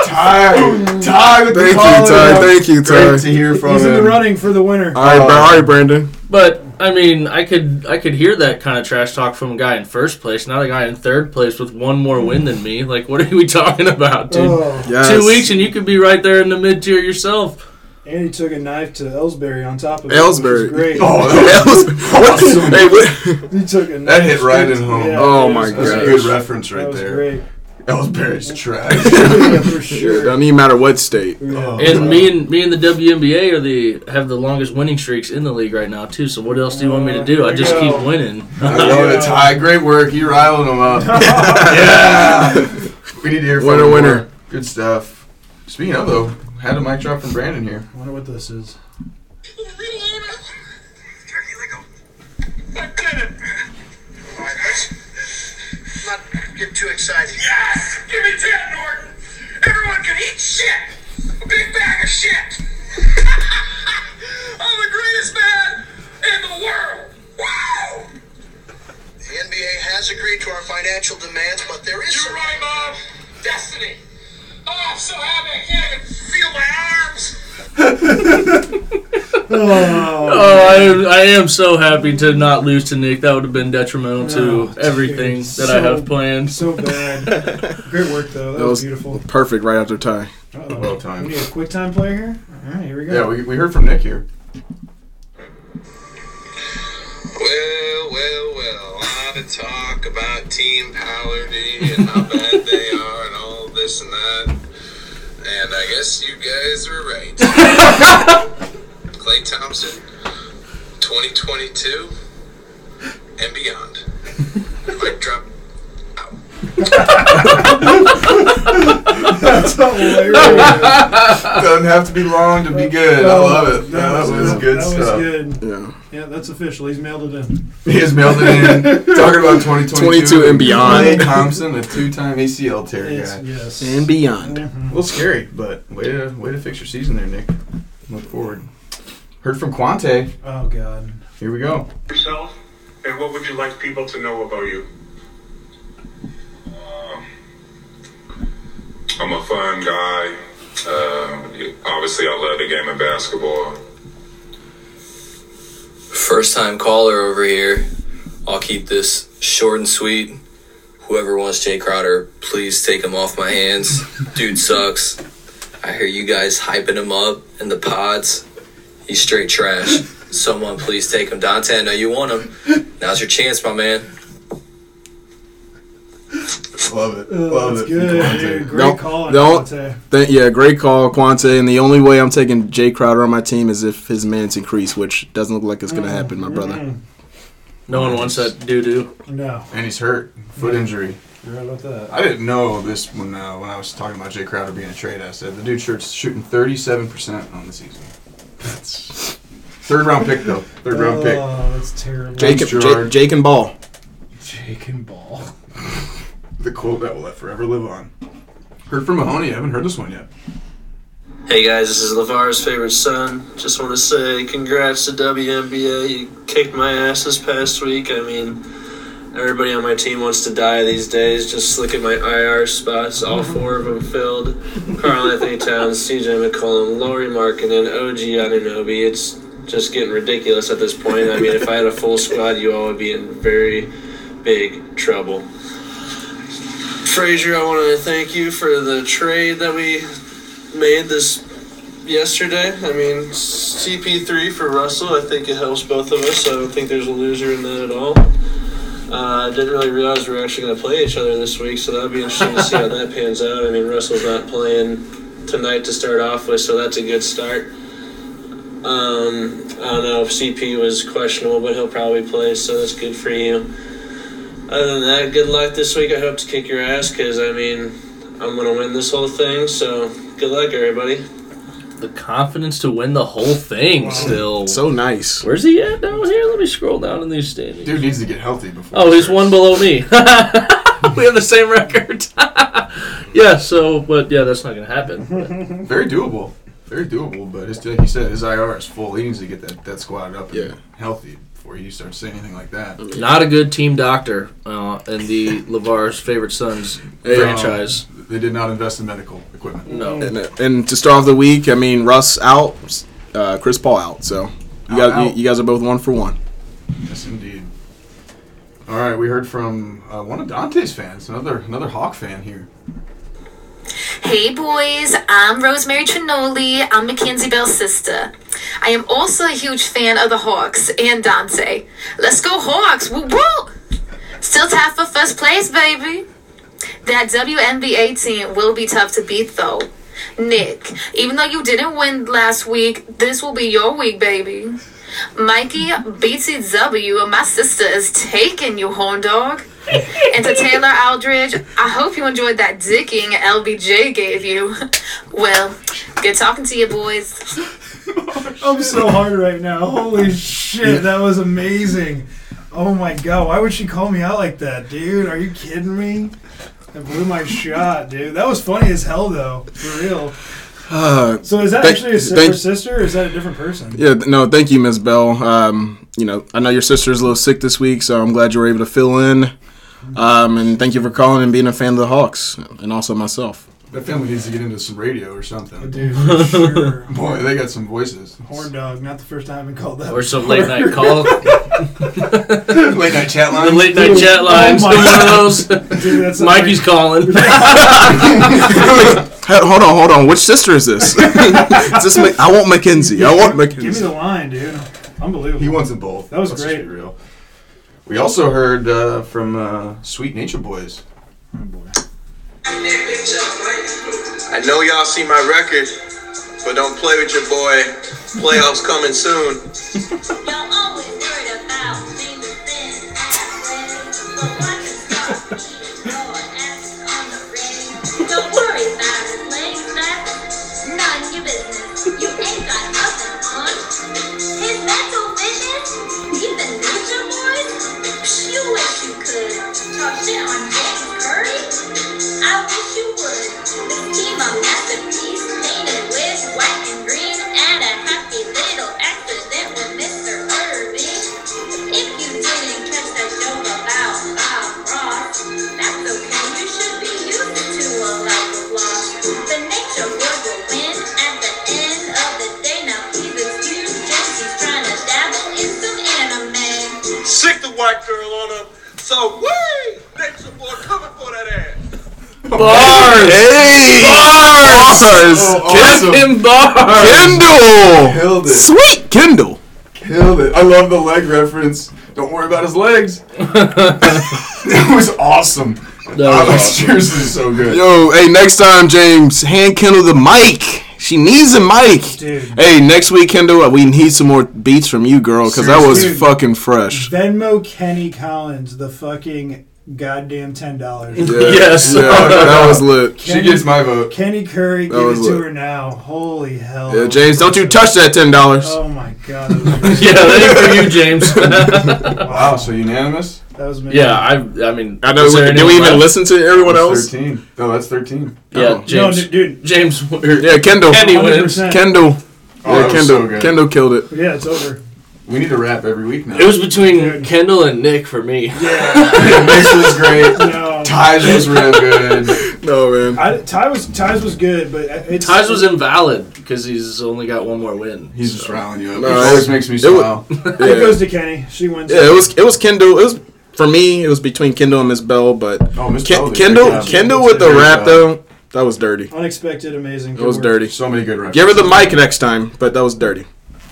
S3: Ty, Ty with
S4: Thank you,
S3: the call.
S4: Ty. Thank you, Ty.
S3: Great to hear from
S5: He's in the
S3: him.
S5: running for the winner.
S4: All right, Bra- all right, Brandon.
S6: But I mean, I could I could hear that kind of trash talk from a guy in first place, not a guy in third place with one more win than me. Like, what are we talking about, dude?
S5: Oh.
S4: Yes.
S6: Two weeks and you could be right there in the mid tier yourself.
S5: And he took a knife to Ellsbury on top of it, which is
S4: Ellsbury.
S5: Great.
S3: Oh,
S4: That
S3: that was,
S4: was- what- hey, what-
S5: He took a knife
S3: That hit right
S5: straight
S3: in
S5: to-
S3: home.
S4: Oh
S5: it
S4: my
S5: was
S3: that was a
S5: great.
S3: good reference
S5: That
S3: right
S5: was
S3: there.
S5: great.
S3: Ellsbury's trash.
S5: yeah, for
S4: It
S5: sure.
S4: doesn't even matter what state.
S3: Oh,
S6: And me and me and the WNBA are the have the longest winning streaks in the league right now too. So what else do you want me to do? I just keep winning.
S3: I love it, Ty. Great work. You're riling them up. yeah. We need to hear from
S4: Winner,
S3: him
S4: winner.
S3: more. Good stuff. Speaking of though, had a mic drop from Brandon here.
S5: wonder what this is.
S2: I did it. All right, let's not get too excited. Yes! Give me ten, Norton! Everyone can eat shit! A big bag of shit! I'm the greatest man in the world! Wow! The NBA has agreed to our financial demands, but there is. You're right, Mom! Destiny! Oh, I'm so happy I can't even feel my arms!
S6: Oh, I, I am so happy to not lose to Nick. That would have been detrimental to everything
S5: dude,
S6: that I
S5: so-
S6: have planned.
S5: So bad. great work though. That,
S4: That
S5: was,
S4: was-
S5: beautiful.
S4: Perfect right after Ty.
S5: Uh-oh.
S3: Well
S5: We
S3: timed.
S5: need a quick time player here. All right, here we go.
S3: Yeah, we, we heard from Nick here.
S2: Well, well, well. A lot of talk about Team Paladin and how bad they are and all this and that.
S1: And I guess you guys are right. Clay Thompson, 2022 and beyond. Quick drop.
S3: That's hilarious. Doesn't have to be long to be good.
S5: Oh,
S3: I love it. That, was, good
S5: that
S3: stuff.
S5: was good.
S4: Yeah.
S5: Yeah, that's official. He's mailed it in.
S3: He has mailed it in. Talking about 2022.
S4: 22 and beyond.
S3: Clay Thompson, a two-time ACL tear
S5: It's-
S3: guy.
S5: yes. Mm-hmm.
S4: and beyond.
S3: A little scary, but way to way to fix your season there, Nick. Look forward. Heard from Quante.
S5: Oh God.
S3: Here we go.
S12: yourself, and what would you like people to know about you?
S1: I'm a fun guy. Uh, obviously, I love the game of basketball.
S13: First time caller over here. I'll keep this short and sweet. Whoever wants Jay Crowder, please take him off my hands. Dude sucks. I hear you guys hyping him up in the pods. He's straight trash. Someone please take him. Dante, I know you want him. Now's your chance, my man.
S3: Love it.
S5: Oh,
S3: Love
S5: that's
S3: it. from
S5: good.
S3: Quante.
S5: dude. Great
S4: Don't-
S5: call. on
S4: don't-
S5: Conte.
S4: Th- yeah, great call, Quante. And the only way I'm taking Jay Crowder on my team is if his minutes increase, which doesn't look like it's
S5: Mm,
S4: going to happen, my brother.
S6: No one wants that doo doo.
S5: Mm-hmm. No,
S3: And he's hurt. Foot injury.
S5: you're right about that.
S3: I didn't know this when uh, when I was talking about Jay Crowder being a trade asset. The dude shirt's shooting 37% on the season. That's third round pick though. Third round pick.
S5: Oh, that's terrible.
S4: Jake,
S3: Thanks,
S4: Jake,
S3: Gerard.
S4: Jake and Ball.
S5: Jake and Ball.
S3: The quote that will let forever live on. Heard from Mahoney. I haven't heard this one yet.
S13: Hey guys, this is LeVar's favorite son. Just want to say congrats to WNBA. You kicked my ass this past week. I mean, everybody on my team wants to die these days. Just look at my IR spots, all four of them filled. Carl Anthony Towns, CJ McCollum, Laurie Markkinen, OG Anunoby. It's just getting ridiculous at this point. I mean, if I had a full squad, you all would be in very big trouble. Frazier, I wanted to thank you for the trade that we made this yesterday. I mean, CP3 for Russell, I think it helps both of us. I don't think there's a loser in that at all. Uh, I didn't really realize we were actually going to play each other this week, so that'll be interesting to see how that pans out. I mean, Russell's not playing tonight to start off with, so that's a good start. Um, I don't know if CP was questionable, but he'll probably play, so that's good for you. Other than that, good luck this week. I hope to kick your ass because, I mean, I'm going to win this whole thing, so good luck, everybody.
S6: The confidence to win the whole thing still.
S4: So nice.
S6: Where's he at down here? Let me scroll down in these standings.
S3: Dude needs to get healthy before.
S6: Oh,
S3: he
S6: he's
S3: starts.
S6: one below me. we have the same record. yeah, so, but yeah, that's not going to happen.
S3: Very doable. Very doable, but it's, like you said, his IR is full. He needs to get that, that squad up and
S4: Yeah.
S3: healthy before he starts saying anything like that.
S6: Not a good team doctor uh, in the LeVar's favorite sons franchise.
S3: Um, they did not invest in medical equipment.
S6: No.
S4: And, and to start off the week, I mean, Russ out, uh, Chris Paul out. So you
S3: Out,
S4: guys,
S3: out.
S4: You, you guys are both one for one.
S3: Yes, indeed. All right, we heard from uh, one of Dante's fans, another another Hawk fan here.
S14: Hey boys, I'm Rosemary Trinoli. I'm Mackenzie Bell's sister. I am also a huge fan of the Hawks and Dante. Let's go Hawks! Woo woo! Still tied for first place, baby. That WNBA team will be tough to beat, though. Nick, even though you didn't win last week, this will be your week, baby. Mikey BTW, my sister, is taking you, horn dog. And to Taylor Aldridge, I hope you enjoyed that dicking LBJ gave you. Well, good talking to you, boys.
S5: I'm so hard right now. Holy shit, that was amazing. Oh my god, why would she call me out like that, dude? Are you kidding me? That blew my shot, dude. That was funny as hell, though. For real.
S4: Uh,
S5: So is that
S4: Thank-
S5: actually his
S4: thank-
S5: her sister, or is that a different person?
S4: yeah, th- no, thank you, Miss Bell. Um, you know, I know your sister's a little sick this week, so I'm glad you were able to fill in. Um, and thank you for calling and being a fan of the Hawks, and also myself.
S3: That family needs to get into some radio or something.
S5: Dude, for sure.
S3: Boy, they got some voices.
S5: Horn dog. Not the first time I've been called that.
S6: Or some late night call.
S3: Late night
S6: The
S3: chat line.
S6: late night chat lines.
S5: Oh
S3: Oh
S5: my
S6: One of those.
S5: Dude, that's
S6: Mikey's calling.
S4: Hey, hold on, hold on. Which sister is this? is this Ma- I want Mackenzie. I want
S5: Give me
S4: Mackenzie.
S5: the line, dude. Unbelievable.
S3: He wants them both.
S5: That was
S3: Let's
S5: great.
S3: get real. We also heard uh, from uh, Sweet Nature Boys.
S15: Hey, bitch, I'm
S16: I
S15: right.
S16: know y'all see my record, but don't play with your boy. Playoffs coming soon.
S1: Don't worry about it, late that. None your business. You ain't got nothing on. His mental vision? Even nature boys? Psh, You wish you could. Talk shit on James Curry? I wish you would. This team a masterpiece, painted with white and green. Add a happy little accident with Mr. Irving. If you didn't catch that joke about Bob Ross, that's okay. You should be used to a life of loss. The nature will will win at the end of the day. Now he's excused just he's trying to dabble in some anime.
S16: Sick the white girl on him. So, whee! Next boy coming for that ass.
S4: Bars! Hey! Bars!
S3: Oh, awesome.
S4: Kim- Kendall!
S3: Killed it.
S4: Sweet Kendall!
S3: Killed it. I love the leg reference. Don't worry about his legs. it was awesome. That was, seriously so good.
S4: Yo, hey, next time, James, hand Kendall the mic. She needs a mic. Hey, next week, Kendall, we need some more beats from you, girl, because that was
S5: Seriously.
S4: fucking fresh.
S5: Venmo Kenny Collins, the fucking goddamn ten dollars.
S4: Yeah, Yes. yeah, that was lit. She gets my vote.
S5: Kenny Curry,
S4: That
S5: give it
S4: was
S5: to
S4: lit.
S5: her now. Holy hell.
S4: Yeah, James, don't you touch that ten dollars.
S5: Oh my god. That was
S6: yeah, that ain't for you, James.
S3: wow, so unanimous?
S5: That was amazing.
S6: Yeah, I. I mean,
S4: I know.
S6: is there
S4: we- Did
S6: anyone
S4: we even
S6: left?
S4: listen to everyone
S3: That's
S4: else?
S3: Thirteen. No, that's thirteen.
S6: Yeah,
S4: Oh.
S6: James,
S5: No, dude.
S6: James.
S4: Yeah, Kendall.
S6: Kenny wins.
S4: Kendall.
S3: Oh,
S4: yeah,
S3: that was
S4: Kendall.
S3: so good.
S4: Kendall killed it.
S5: Yeah, it's over.
S3: We need to rap every week now.
S6: It was between Kendall and Nick for me.
S3: Mason was great.
S5: No.
S3: Ties was real good.
S4: No man.
S5: I, Ty was Ty's was good, but it's
S6: Ties was invalid because he's only got one more win.
S3: He's just riling you up.
S4: No,
S3: it
S4: it's-
S3: always makes me
S4: it wa-
S3: smile.
S5: It
S4: Yeah.
S5: goes to Kenny. She wins.
S4: Yeah, it was it was Kendall. It was for me. It was between Kendall and Miss Bell, but
S3: Oh, Miss
S4: Ken-
S3: Bell did a good
S4: Kendall
S3: job.
S4: Kendall with the
S3: Good
S4: rap
S3: job.
S4: though that was dirty.
S5: unexpected, amazing.
S4: It was
S5: Good work.
S4: dirty.
S3: So many good raps.
S4: Give her the mic next time, but that was dirty.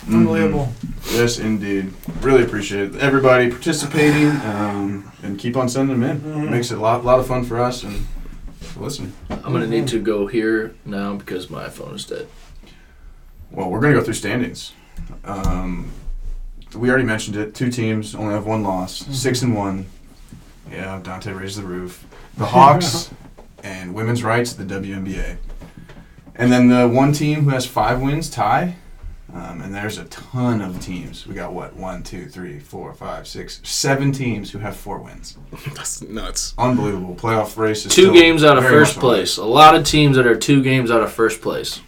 S5: Unbelievable.
S3: Yes, indeed. Really appreciate it. everybody participating um, and keep on sending them in. It makes it a lot, lot of fun for us and listen.
S6: I'm gonna need to go here now because my phone is dead.
S3: Well, we're going to go through standings. Um, we already mentioned it. Two teams only have one loss, six and one. Yeah, Dante raised the roof. The Hawks and women's rights, the WNBA. And then the one team who has five wins, tie. Um, and there's a ton of teams. We got what? One, two, three, four, five, six, seven teams who have four wins.
S4: That's nuts.
S3: Unbelievable. Playoff race is
S6: Two
S3: still
S6: games out of
S3: very
S6: first
S3: much alive.
S6: place. A lot of teams that are two games out of first place.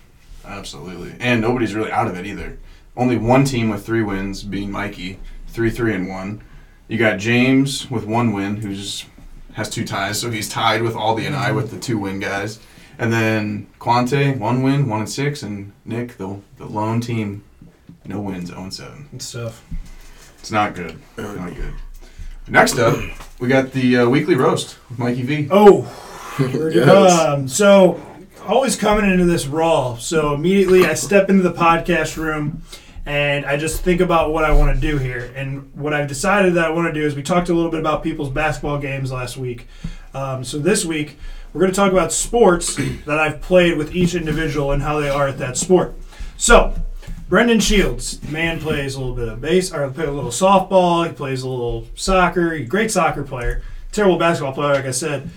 S3: Absolutely. And nobody's really out of it either. Only one team with three wins, being Mikey, three, three, and one. You got James with one win, who's has two ties, so he's tied with Aldi and I with the two win guys. And then Quante, one win, one and six, and Nick, the the lone team, no wins, 0 and seven.
S5: It's tough.
S3: It's not good. Not good. Next up, we got the uh, weekly roast with Mikey V.
S5: Oh, Um, so always coming into this raw. So immediately I step into the podcast room and I just think about what I want to do here. And what I've decided that I want to do is we talked a little bit about people's basketball games last week. Um, so this week we're going to talk about sports that I've played with each individual and how they are at that sport. So Brendan Shields, man, plays a little bit of base, or play a little softball. He plays a little soccer. He's a great soccer player. Terrible basketball player, like I said.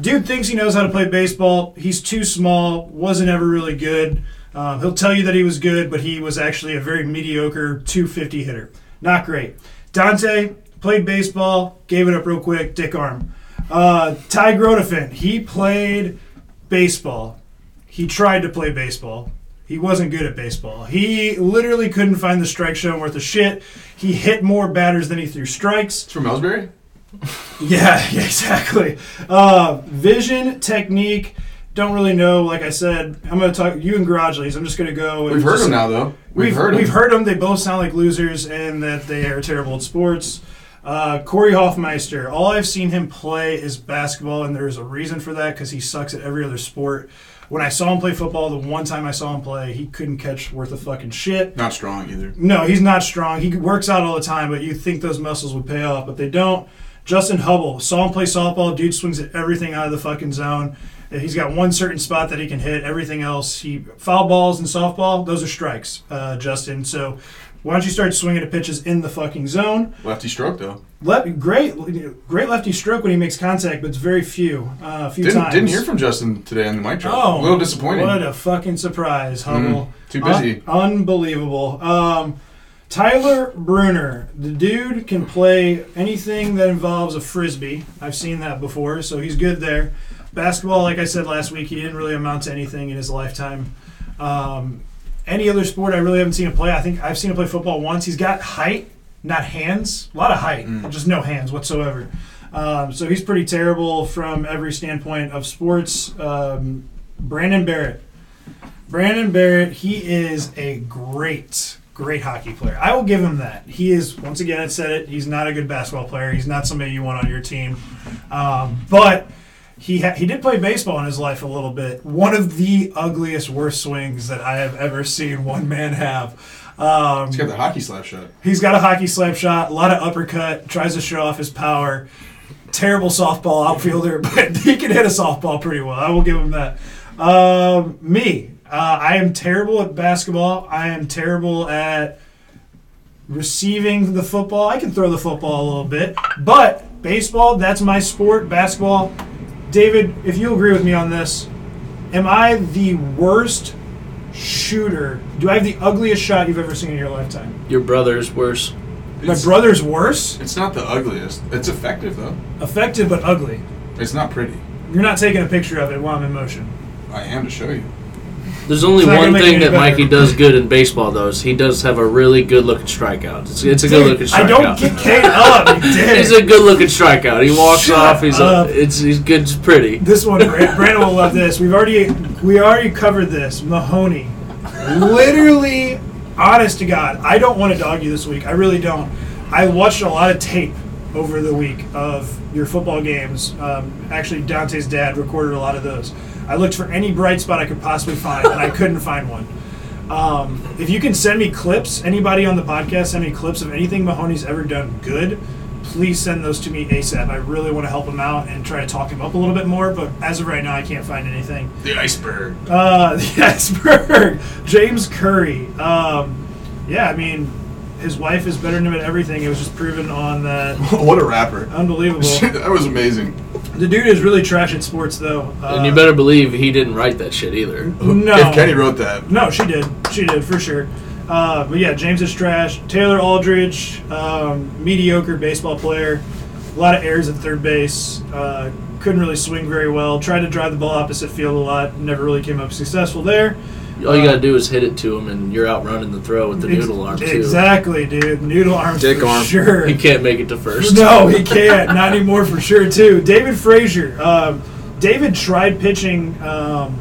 S5: Dude thinks he knows how to play baseball. He's too small. Wasn't ever really good. Um, he'll tell you that he was good, but he was actually a very mediocre 250 hitter. Not great. Dante played baseball, gave it up real quick. Dick arm. Uh, Ty Grotefin, he played baseball. He tried to play baseball. He wasn't good at baseball. He literally couldn't find the strike zone worth a shit. He hit more batters than he threw strikes.
S3: It's from Ellsbury?
S5: Yeah, yeah, exactly. Uh, vision, technique, don't really know. Like I said, I'm going to talk you and Garage Leads. I'm just going to go. and
S3: We've heard
S5: just-
S3: him now, though.
S5: We've,
S3: We've,
S5: we've
S3: heard him.
S5: them. They both sound like losers and that they are terrible at sports. Uh, Corey Hoffmeister, all I've seen him play is basketball, and there is a reason for that because he sucks at every other sport. When I saw him play football, the one time I saw him play, he couldn't catch worth a fucking shit.
S3: Not strong either.
S5: No, he's not strong. He works out all the time, but you think those muscles would pay off, but they don't. Justin Hubble saw him play softball. Dude swings at everything out of the fucking zone. Uh, He's got one certain spot that he can hit. Everything else, he foul balls and softball, those are strikes, uh, Justin. So why don't you start swinging at pitches in the fucking zone?
S3: Lefty stroke though.
S5: Left, great, great lefty stroke when he makes contact, but it's very few. Uh, a few
S3: Didn't,
S5: times.
S3: didn't hear from Justin today on the mic drop.
S5: Oh,
S3: a little disappointing.
S5: What a fucking surprise, Uh, Hummel.
S3: Mm, too busy.
S5: Un- unbelievable. Um, Tyler Bruner, the dude can play anything that involves a frisbee. I've seen that before, so he's good there. Basketball, like I said last week, he didn't really amount to anything in his lifetime. Um, any other sport, I really haven't seen him play. I think I've seen him play football once. He's got height, not hands. A lot of height, just no hands whatsoever. Um, so he's pretty terrible from every standpoint of sports. Um, Brandon Barrett. Brandon Barrett, he is a great, great hockey player. I will give him that. He is, once again, I said it, he's not a good basketball player. He's not somebody you want on your team. Um, but he, ha- he did play baseball in his life a little bit. One of the ugliest, worst swings that I have ever seen one man have. Um,
S3: He's got the hockey slap shot.
S5: He's got a hockey slap shot, a lot of uppercut, tries to show off his power. Terrible softball outfielder, but he can hit a softball pretty well. I will give him that. Um, me, uh, I am terrible at basketball. I am terrible at receiving the football. I can throw the football a little bit, but baseball, that's my sport. Basketball. David, if you agree with me on this, am I the worst shooter? Do I have the ugliest shot you've ever seen in your lifetime?
S6: Your brother's worse.
S5: My brother's worse.
S3: It's not the ugliest. It's effective though.
S5: Effective but ugly.
S3: It's not pretty.
S5: You're not taking a picture of it while I'm in motion.
S3: I am to show you.
S6: There's only
S5: It's not
S6: one
S5: gonna make
S6: thing
S5: it any
S6: that
S5: better.
S6: Mikey does good in baseball, though. Is he does have a really good looking strikeout. It's, it's a good looking strikeout.
S5: I don't get Kate up, you dick.
S6: He's a good looking strikeout. He walks
S5: Shut
S6: off. He's
S5: up.
S6: a, it's he's good. It's pretty.
S5: This one, Brand- Brandon will love this. We've already we already covered this. Mahoney, literally, honest to God, I don't want to dog you this week. I really don't. I watched a lot of tape over the week of your football games. Um, actually, Dante's dad recorded a lot of those. I looked for any bright spot I could possibly find, and I couldn't find one. Um, if you can send me clips, anybody on the podcast send me clips of anything Mahoney's ever done good, please send those to me ASAP. I really want to help him out and try to talk him up a little bit more, but as of right now, I can't find anything.
S3: The iceberg.
S5: Uh, the iceberg, James Curry. Um, yeah, I mean, his wife is better than him at everything. It was just proven on that.
S3: what a rapper.
S5: Unbelievable.
S3: that was amazing.
S5: The dude is really trash at sports, though. Uh,
S6: and you better believe he didn't write that shit either.
S5: No. If Kenny
S3: wrote that,
S5: No, she did. She did for sure. Uh, but yeah, James is trash. Taylor Aldridge, um, mediocre baseball player. A lot of errors at third base. Uh, couldn't really swing very well. Tried to drive the ball opposite field a lot. Never really came up successful there.
S6: all you gotta do is hit it to him, and you're out running the throw with the
S5: Ex-
S6: noodle arm too.
S5: Exactly, dude. Noodle arm. for Sure.
S6: He can't make it to first.
S5: No, he can't. Not anymore for sure, too. David Frazier. Um, David tried pitching, um,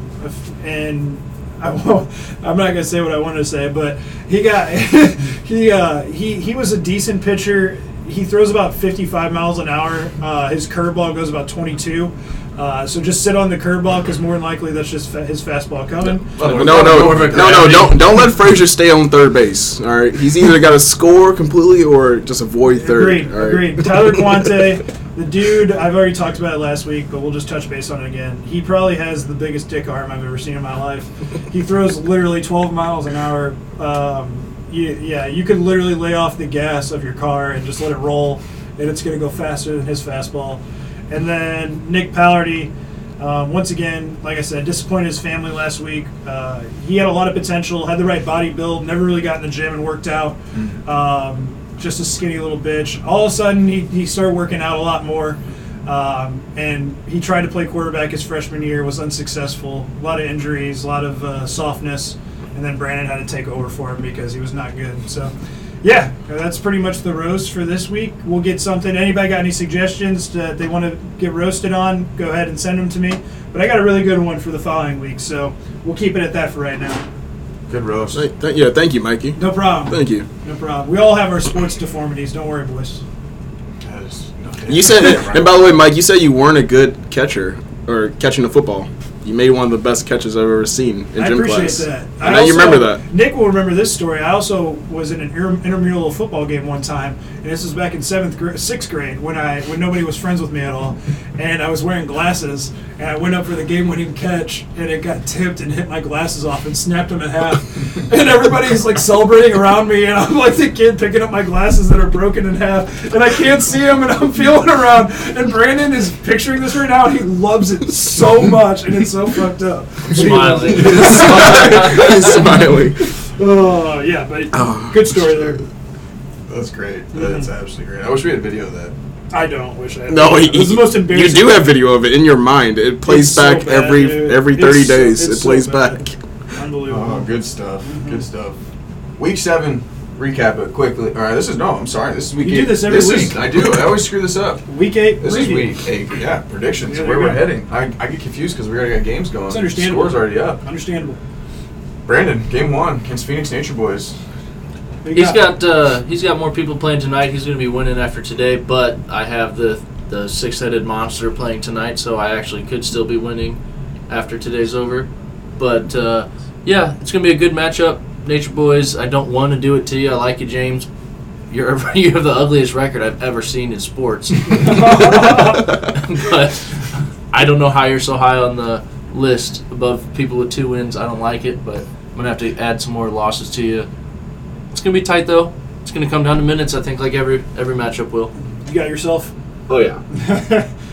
S5: and I won't, I'm not going to say what I wanted to say, but he got he uh, he he was a decent pitcher. He throws about 55 miles an hour. Uh, his curveball goes about 22. Uh, so just sit on the curveball because more than likely that's just fa- his fastball coming.
S4: No, no, no, no! Don't don't let Frazier stay on third base. All right, he's either got to score completely or just avoid third.
S5: Agreed,
S4: all right?
S5: agreed. Tyler Quante, the dude, I've already talked about it last week, but we'll just touch base on it again. He probably has the biggest dick arm I've ever seen in my life. He throws literally 12 miles an hour. Um, you, yeah, you could literally lay off the gas of your car and just let it roll, and it's going to go faster than his fastball. And then Nick Pallardy, um, once again, like I said, disappointed his family last week. Uh, he had a lot of potential, had the right body build, never really got in the gym and worked out. Um, just a skinny little bitch. All of a sudden, he, he started working out a lot more. Um, and he tried to play quarterback his freshman year, was unsuccessful. A lot of injuries, a lot of uh, softness. And then Brandon had to take over for him because he was not good. So, yeah, that's pretty much the roast for this week. We'll get something. Anybody got any suggestions that they want to get roasted on? Go ahead and send them to me. But I got a really good one for the following week, so we'll keep it at that for right now.
S3: Good roast.
S4: Thank- thank- yeah, thank you, Mikey.
S5: No problem.
S4: Thank you.
S5: No problem. We all have our sports deformities. Don't worry, boys.
S4: You said, and by the way, Mike, you said you weren't a good catcher or catching the football. You made one of the best catches I've ever seen in
S5: I
S4: gym
S5: appreciate
S4: class.
S5: that.
S4: I know you
S5: also-
S4: remember that.
S5: Nick will remember this story. I also was in an inter- intramural football game one time, and this was back in seventh, gra- sixth grade when I when nobody was friends with me at all, and I was wearing glasses, and I went up for the game-winning catch, and it got tipped and hit my glasses off and snapped them in half, and everybody's like celebrating around me, and I'm like the kid picking up my glasses that are broken in half, and I can't see them, and I'm feeling around, and Brandon is picturing this right now, and he loves it so much, and it's so fucked up.
S6: Smiling.
S5: Smiling.
S4: Smiling. Ah.
S5: Oh yeah, but good story there. Mm-hmm.
S3: That's great. That's absolutely great. I wish we had video of that.
S5: I don't wish I. Had
S4: No, he,
S5: it was the most
S4: you
S5: embarrassing.
S4: do have video of it in your mind. It plays
S5: It's so
S4: back
S5: bad,
S4: every
S5: dude.
S4: every
S5: It's
S4: 30
S5: so-
S4: days.
S5: it's
S4: it
S5: so
S4: plays
S5: bad.
S4: back.
S5: Unbelievable.
S3: Oh, good stuff. Good stuff. Week seven. Recap it quickly. All right, this is no. I'm sorry. This is week.
S5: You do
S3: eight.
S5: this every
S3: is-
S5: week.
S3: I do. I always screw this up.
S5: Week eight.
S3: This
S5: preview.
S3: is week eight. Yeah, predictions.
S5: Yeah, there
S3: where
S5: you
S3: we're
S5: go.
S3: heading. I, I get confused because we already got games going.
S5: It's understandable.
S3: Scores already up.
S5: Understandable.
S3: Brandon, game one against Phoenix Nature Boys.
S6: He's got uh, he's got more people playing tonight. He's going to be winning after today, but I have the the six headed monster playing tonight, so I actually could still be winning after today's over. But uh, yeah, it's going to be a good matchup. Nature Boys, I don't want to do it to you. I like you, James. You're you have the ugliest record I've ever seen in sports. but I don't know how you're so high on the list above people with two wins. I don't like it, but I'm gonna have to add some more losses to you. It's gonna be tight though. It's gonna come down to minutes. I think like every every matchup will.
S5: You got yourself.
S6: Oh yeah.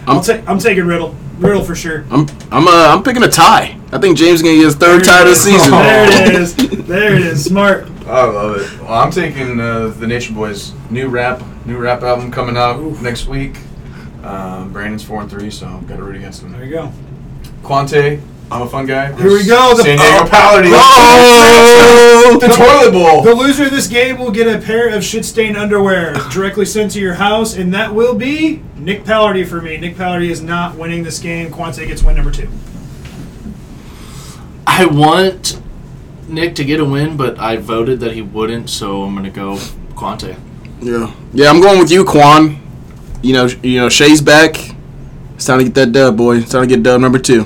S5: I'm, ta- I'm taking Riddle. Riddle for sure.
S4: I'm I'm uh, I'm picking a tie. I think James is gonna get his third tie of the season.
S5: There it is. There it is. Smart.
S3: I love it. Well, I'm taking uh, the Nature Boys' new rap, new rap album coming out next week. Um, Brandon's four and three, so I've got to root against him. There
S5: you go.
S3: Quante, I'm a fun guy.
S5: Here we go. The-
S3: San Diego
S5: oh.
S3: Paladins.
S5: Oh.
S3: the toilet bowl.
S5: The loser of this game will get a pair of shit stained underwear directly sent to your house, and that will be Nick Pallardy for me. Nick Pallardy is not winning this game. Quante gets win number two.
S6: I want Nick to get a win, but I voted that he wouldn't, so I'm gonna go Quante.
S4: Yeah, yeah. I'm going with you, Quan. You know, you know, Shay's back. It's time to get that dub, boy. It's time to get dub number two.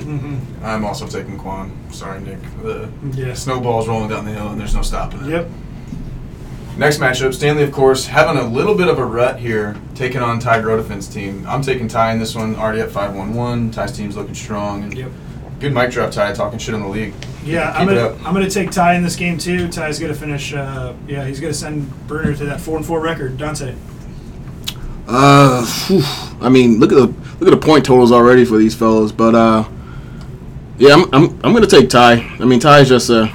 S3: I'm also taking Quan. Sorry, Nick. The
S5: Mm-hmm. Yeah.
S3: snowball's rolling down the hill, and there's no stopping it.
S5: Yep.
S3: Next matchup, Stanley, of course, having a little bit of a rut here, taking on Ty Grodefen's team. I'm taking Ty in this one, already at 5 1 1. Ty's team's looking strong. And
S5: Yep.
S3: Good mic drop, Ty, talking shit on the league.
S5: Yeah,
S3: Keep
S5: I'm
S3: it
S5: gonna
S3: up.
S5: I'm gonna take Ty in this game too. Ty's gonna finish. Uh, yeah, he's gonna send Burner to that four and four record. Dante.
S4: Uh, phew. I mean, look at the look at the point totals already for these fellas. But uh, yeah, I'm I'm, I'm gonna take Ty. I mean, Ty's just uh,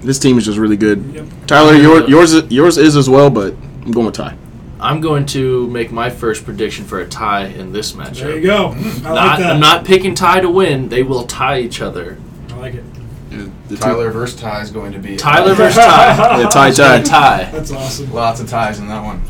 S4: this team is just really good. Tyler, your, yours is- yours is as well, but I'm going with Ty.
S6: I'm going to make my first prediction for a tie in this matchup.
S5: There you go. I like
S6: Not,
S5: that.
S6: I'm not picking tie to win. They will tie each other.
S5: I like it.
S3: Tyler versus Ty is going to be.
S6: Tyler versus Ty.
S4: Yeah, Ty, Ty.
S6: Tie.
S5: That's awesome.
S3: Lots of ties in that one.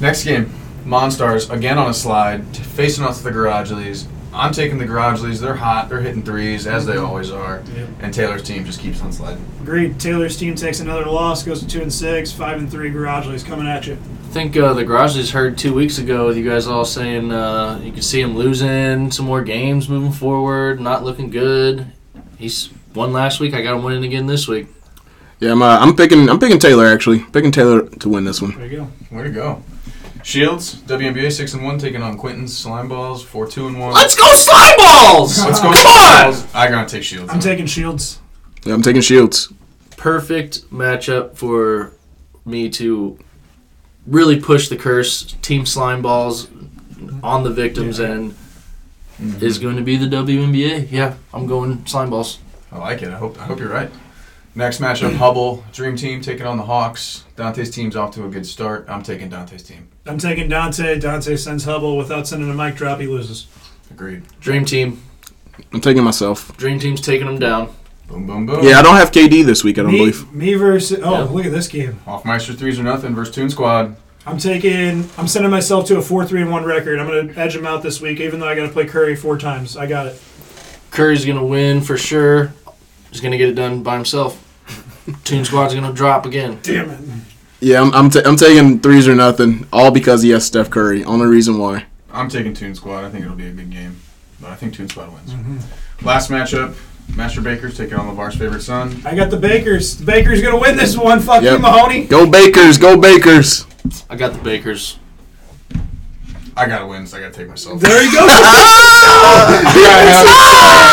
S3: Next game, Monstars, again on a slide, t- facing off to the Garage Lees. I'm taking the Garage Lees. They're hot. They're hitting threes, as
S5: Mm-hmm.
S3: they always are.
S5: Yep.
S3: And Taylor's team just keeps on sliding.
S5: Agreed. Taylor's team takes another loss, goes to two and six, five and three. Garage Lee's coming at you.
S6: I think uh, the Garages heard two weeks ago with you guys all saying uh, you can see him losing some more games moving forward, not looking good. He's won last week. I got him winning again this week.
S4: Yeah, I'm uh, I'm picking I'm picking Taylor actually. Picking Taylor to win this one.
S5: There you go.
S3: Way to go. Shields, WNBA six and one, taking on Quentin's slime balls, four two and one.
S6: Let's go slime balls!
S3: Let's go
S6: Come
S3: slime
S6: on!
S3: balls. I gotta take Shields.
S5: I'm taking Shields.
S4: Yeah, I'm taking Shields.
S6: Perfect matchup for me to really push the curse. Team slime balls on the victims end
S3: Mm-hmm.
S6: is going to be the WNBA. Yeah, I'm going slime balls.
S3: I like it. I hope I hope you're right. Next matchup, Hubble Dream Team taking on the Hawks. Dante's team's off to a good start. I'm taking Dante's team.
S5: I'm taking Dante. Dante sends Hubble without sending a mic drop. He loses.
S3: Agreed.
S6: Dream team.
S4: I'm taking myself.
S6: Dream team's taking them down.
S3: Boom, boom, boom.
S4: Yeah, I don't have KD this week. I don't
S5: me,
S4: believe.
S5: me versus. Oh,
S6: Yeah.
S5: look at this game.
S3: Hoffmeister threes or nothing versus Toon Squad.
S5: I'm taking. I'm sending myself to a four three and one record. I'm gonna edge him out this week, even though I got to play Curry four times. I got it.
S6: Curry's gonna win for sure. He's gonna get it done by himself. Team Squad's gonna drop again.
S5: Damn it!
S4: Yeah, I'm I'm, ta- I'm taking threes or nothing. All because he has Steph Curry. Only reason why.
S5: Mm-hmm.
S3: I'm taking Toon Squad. I think it'll be a good game, but I think Toon Squad wins. Last matchup, Master Baker's taking on LeVar's favorite son.
S5: I got the Bakers. The Bakers gonna win this one. Fuck you,
S4: Yep.
S5: Mahoney.
S4: Go Bakers, go Bakers.
S6: I got the Bakers.
S3: I gotta win, so I gotta take myself.
S5: There you go.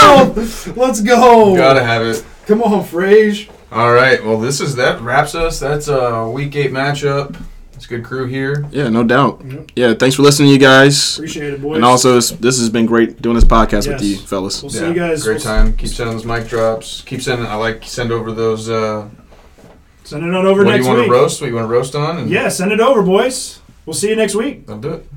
S5: Ah! Let's go.
S3: Gotta have it.
S5: Come on, Frage.
S3: All right. Well, this is that wraps us. That's a week eight matchup. It's a good crew here.
S4: Yeah, no doubt. Yeah, thanks for listening, you guys.
S5: Appreciate it, boys.
S4: And also, it's, this has been great doing this podcast
S5: Yes.
S4: with you, fellas.
S5: We'll see you guys.
S3: Great
S5: We'll-
S3: time. Keep sending those mic drops. Keep sending. I like send over those. Uh,
S5: Send it on over
S3: what do
S5: next
S3: you want
S5: week.
S3: to roast? What you want to roast on? And
S5: Yeah, send it over, boys. We'll see you next week.
S3: I'll do it.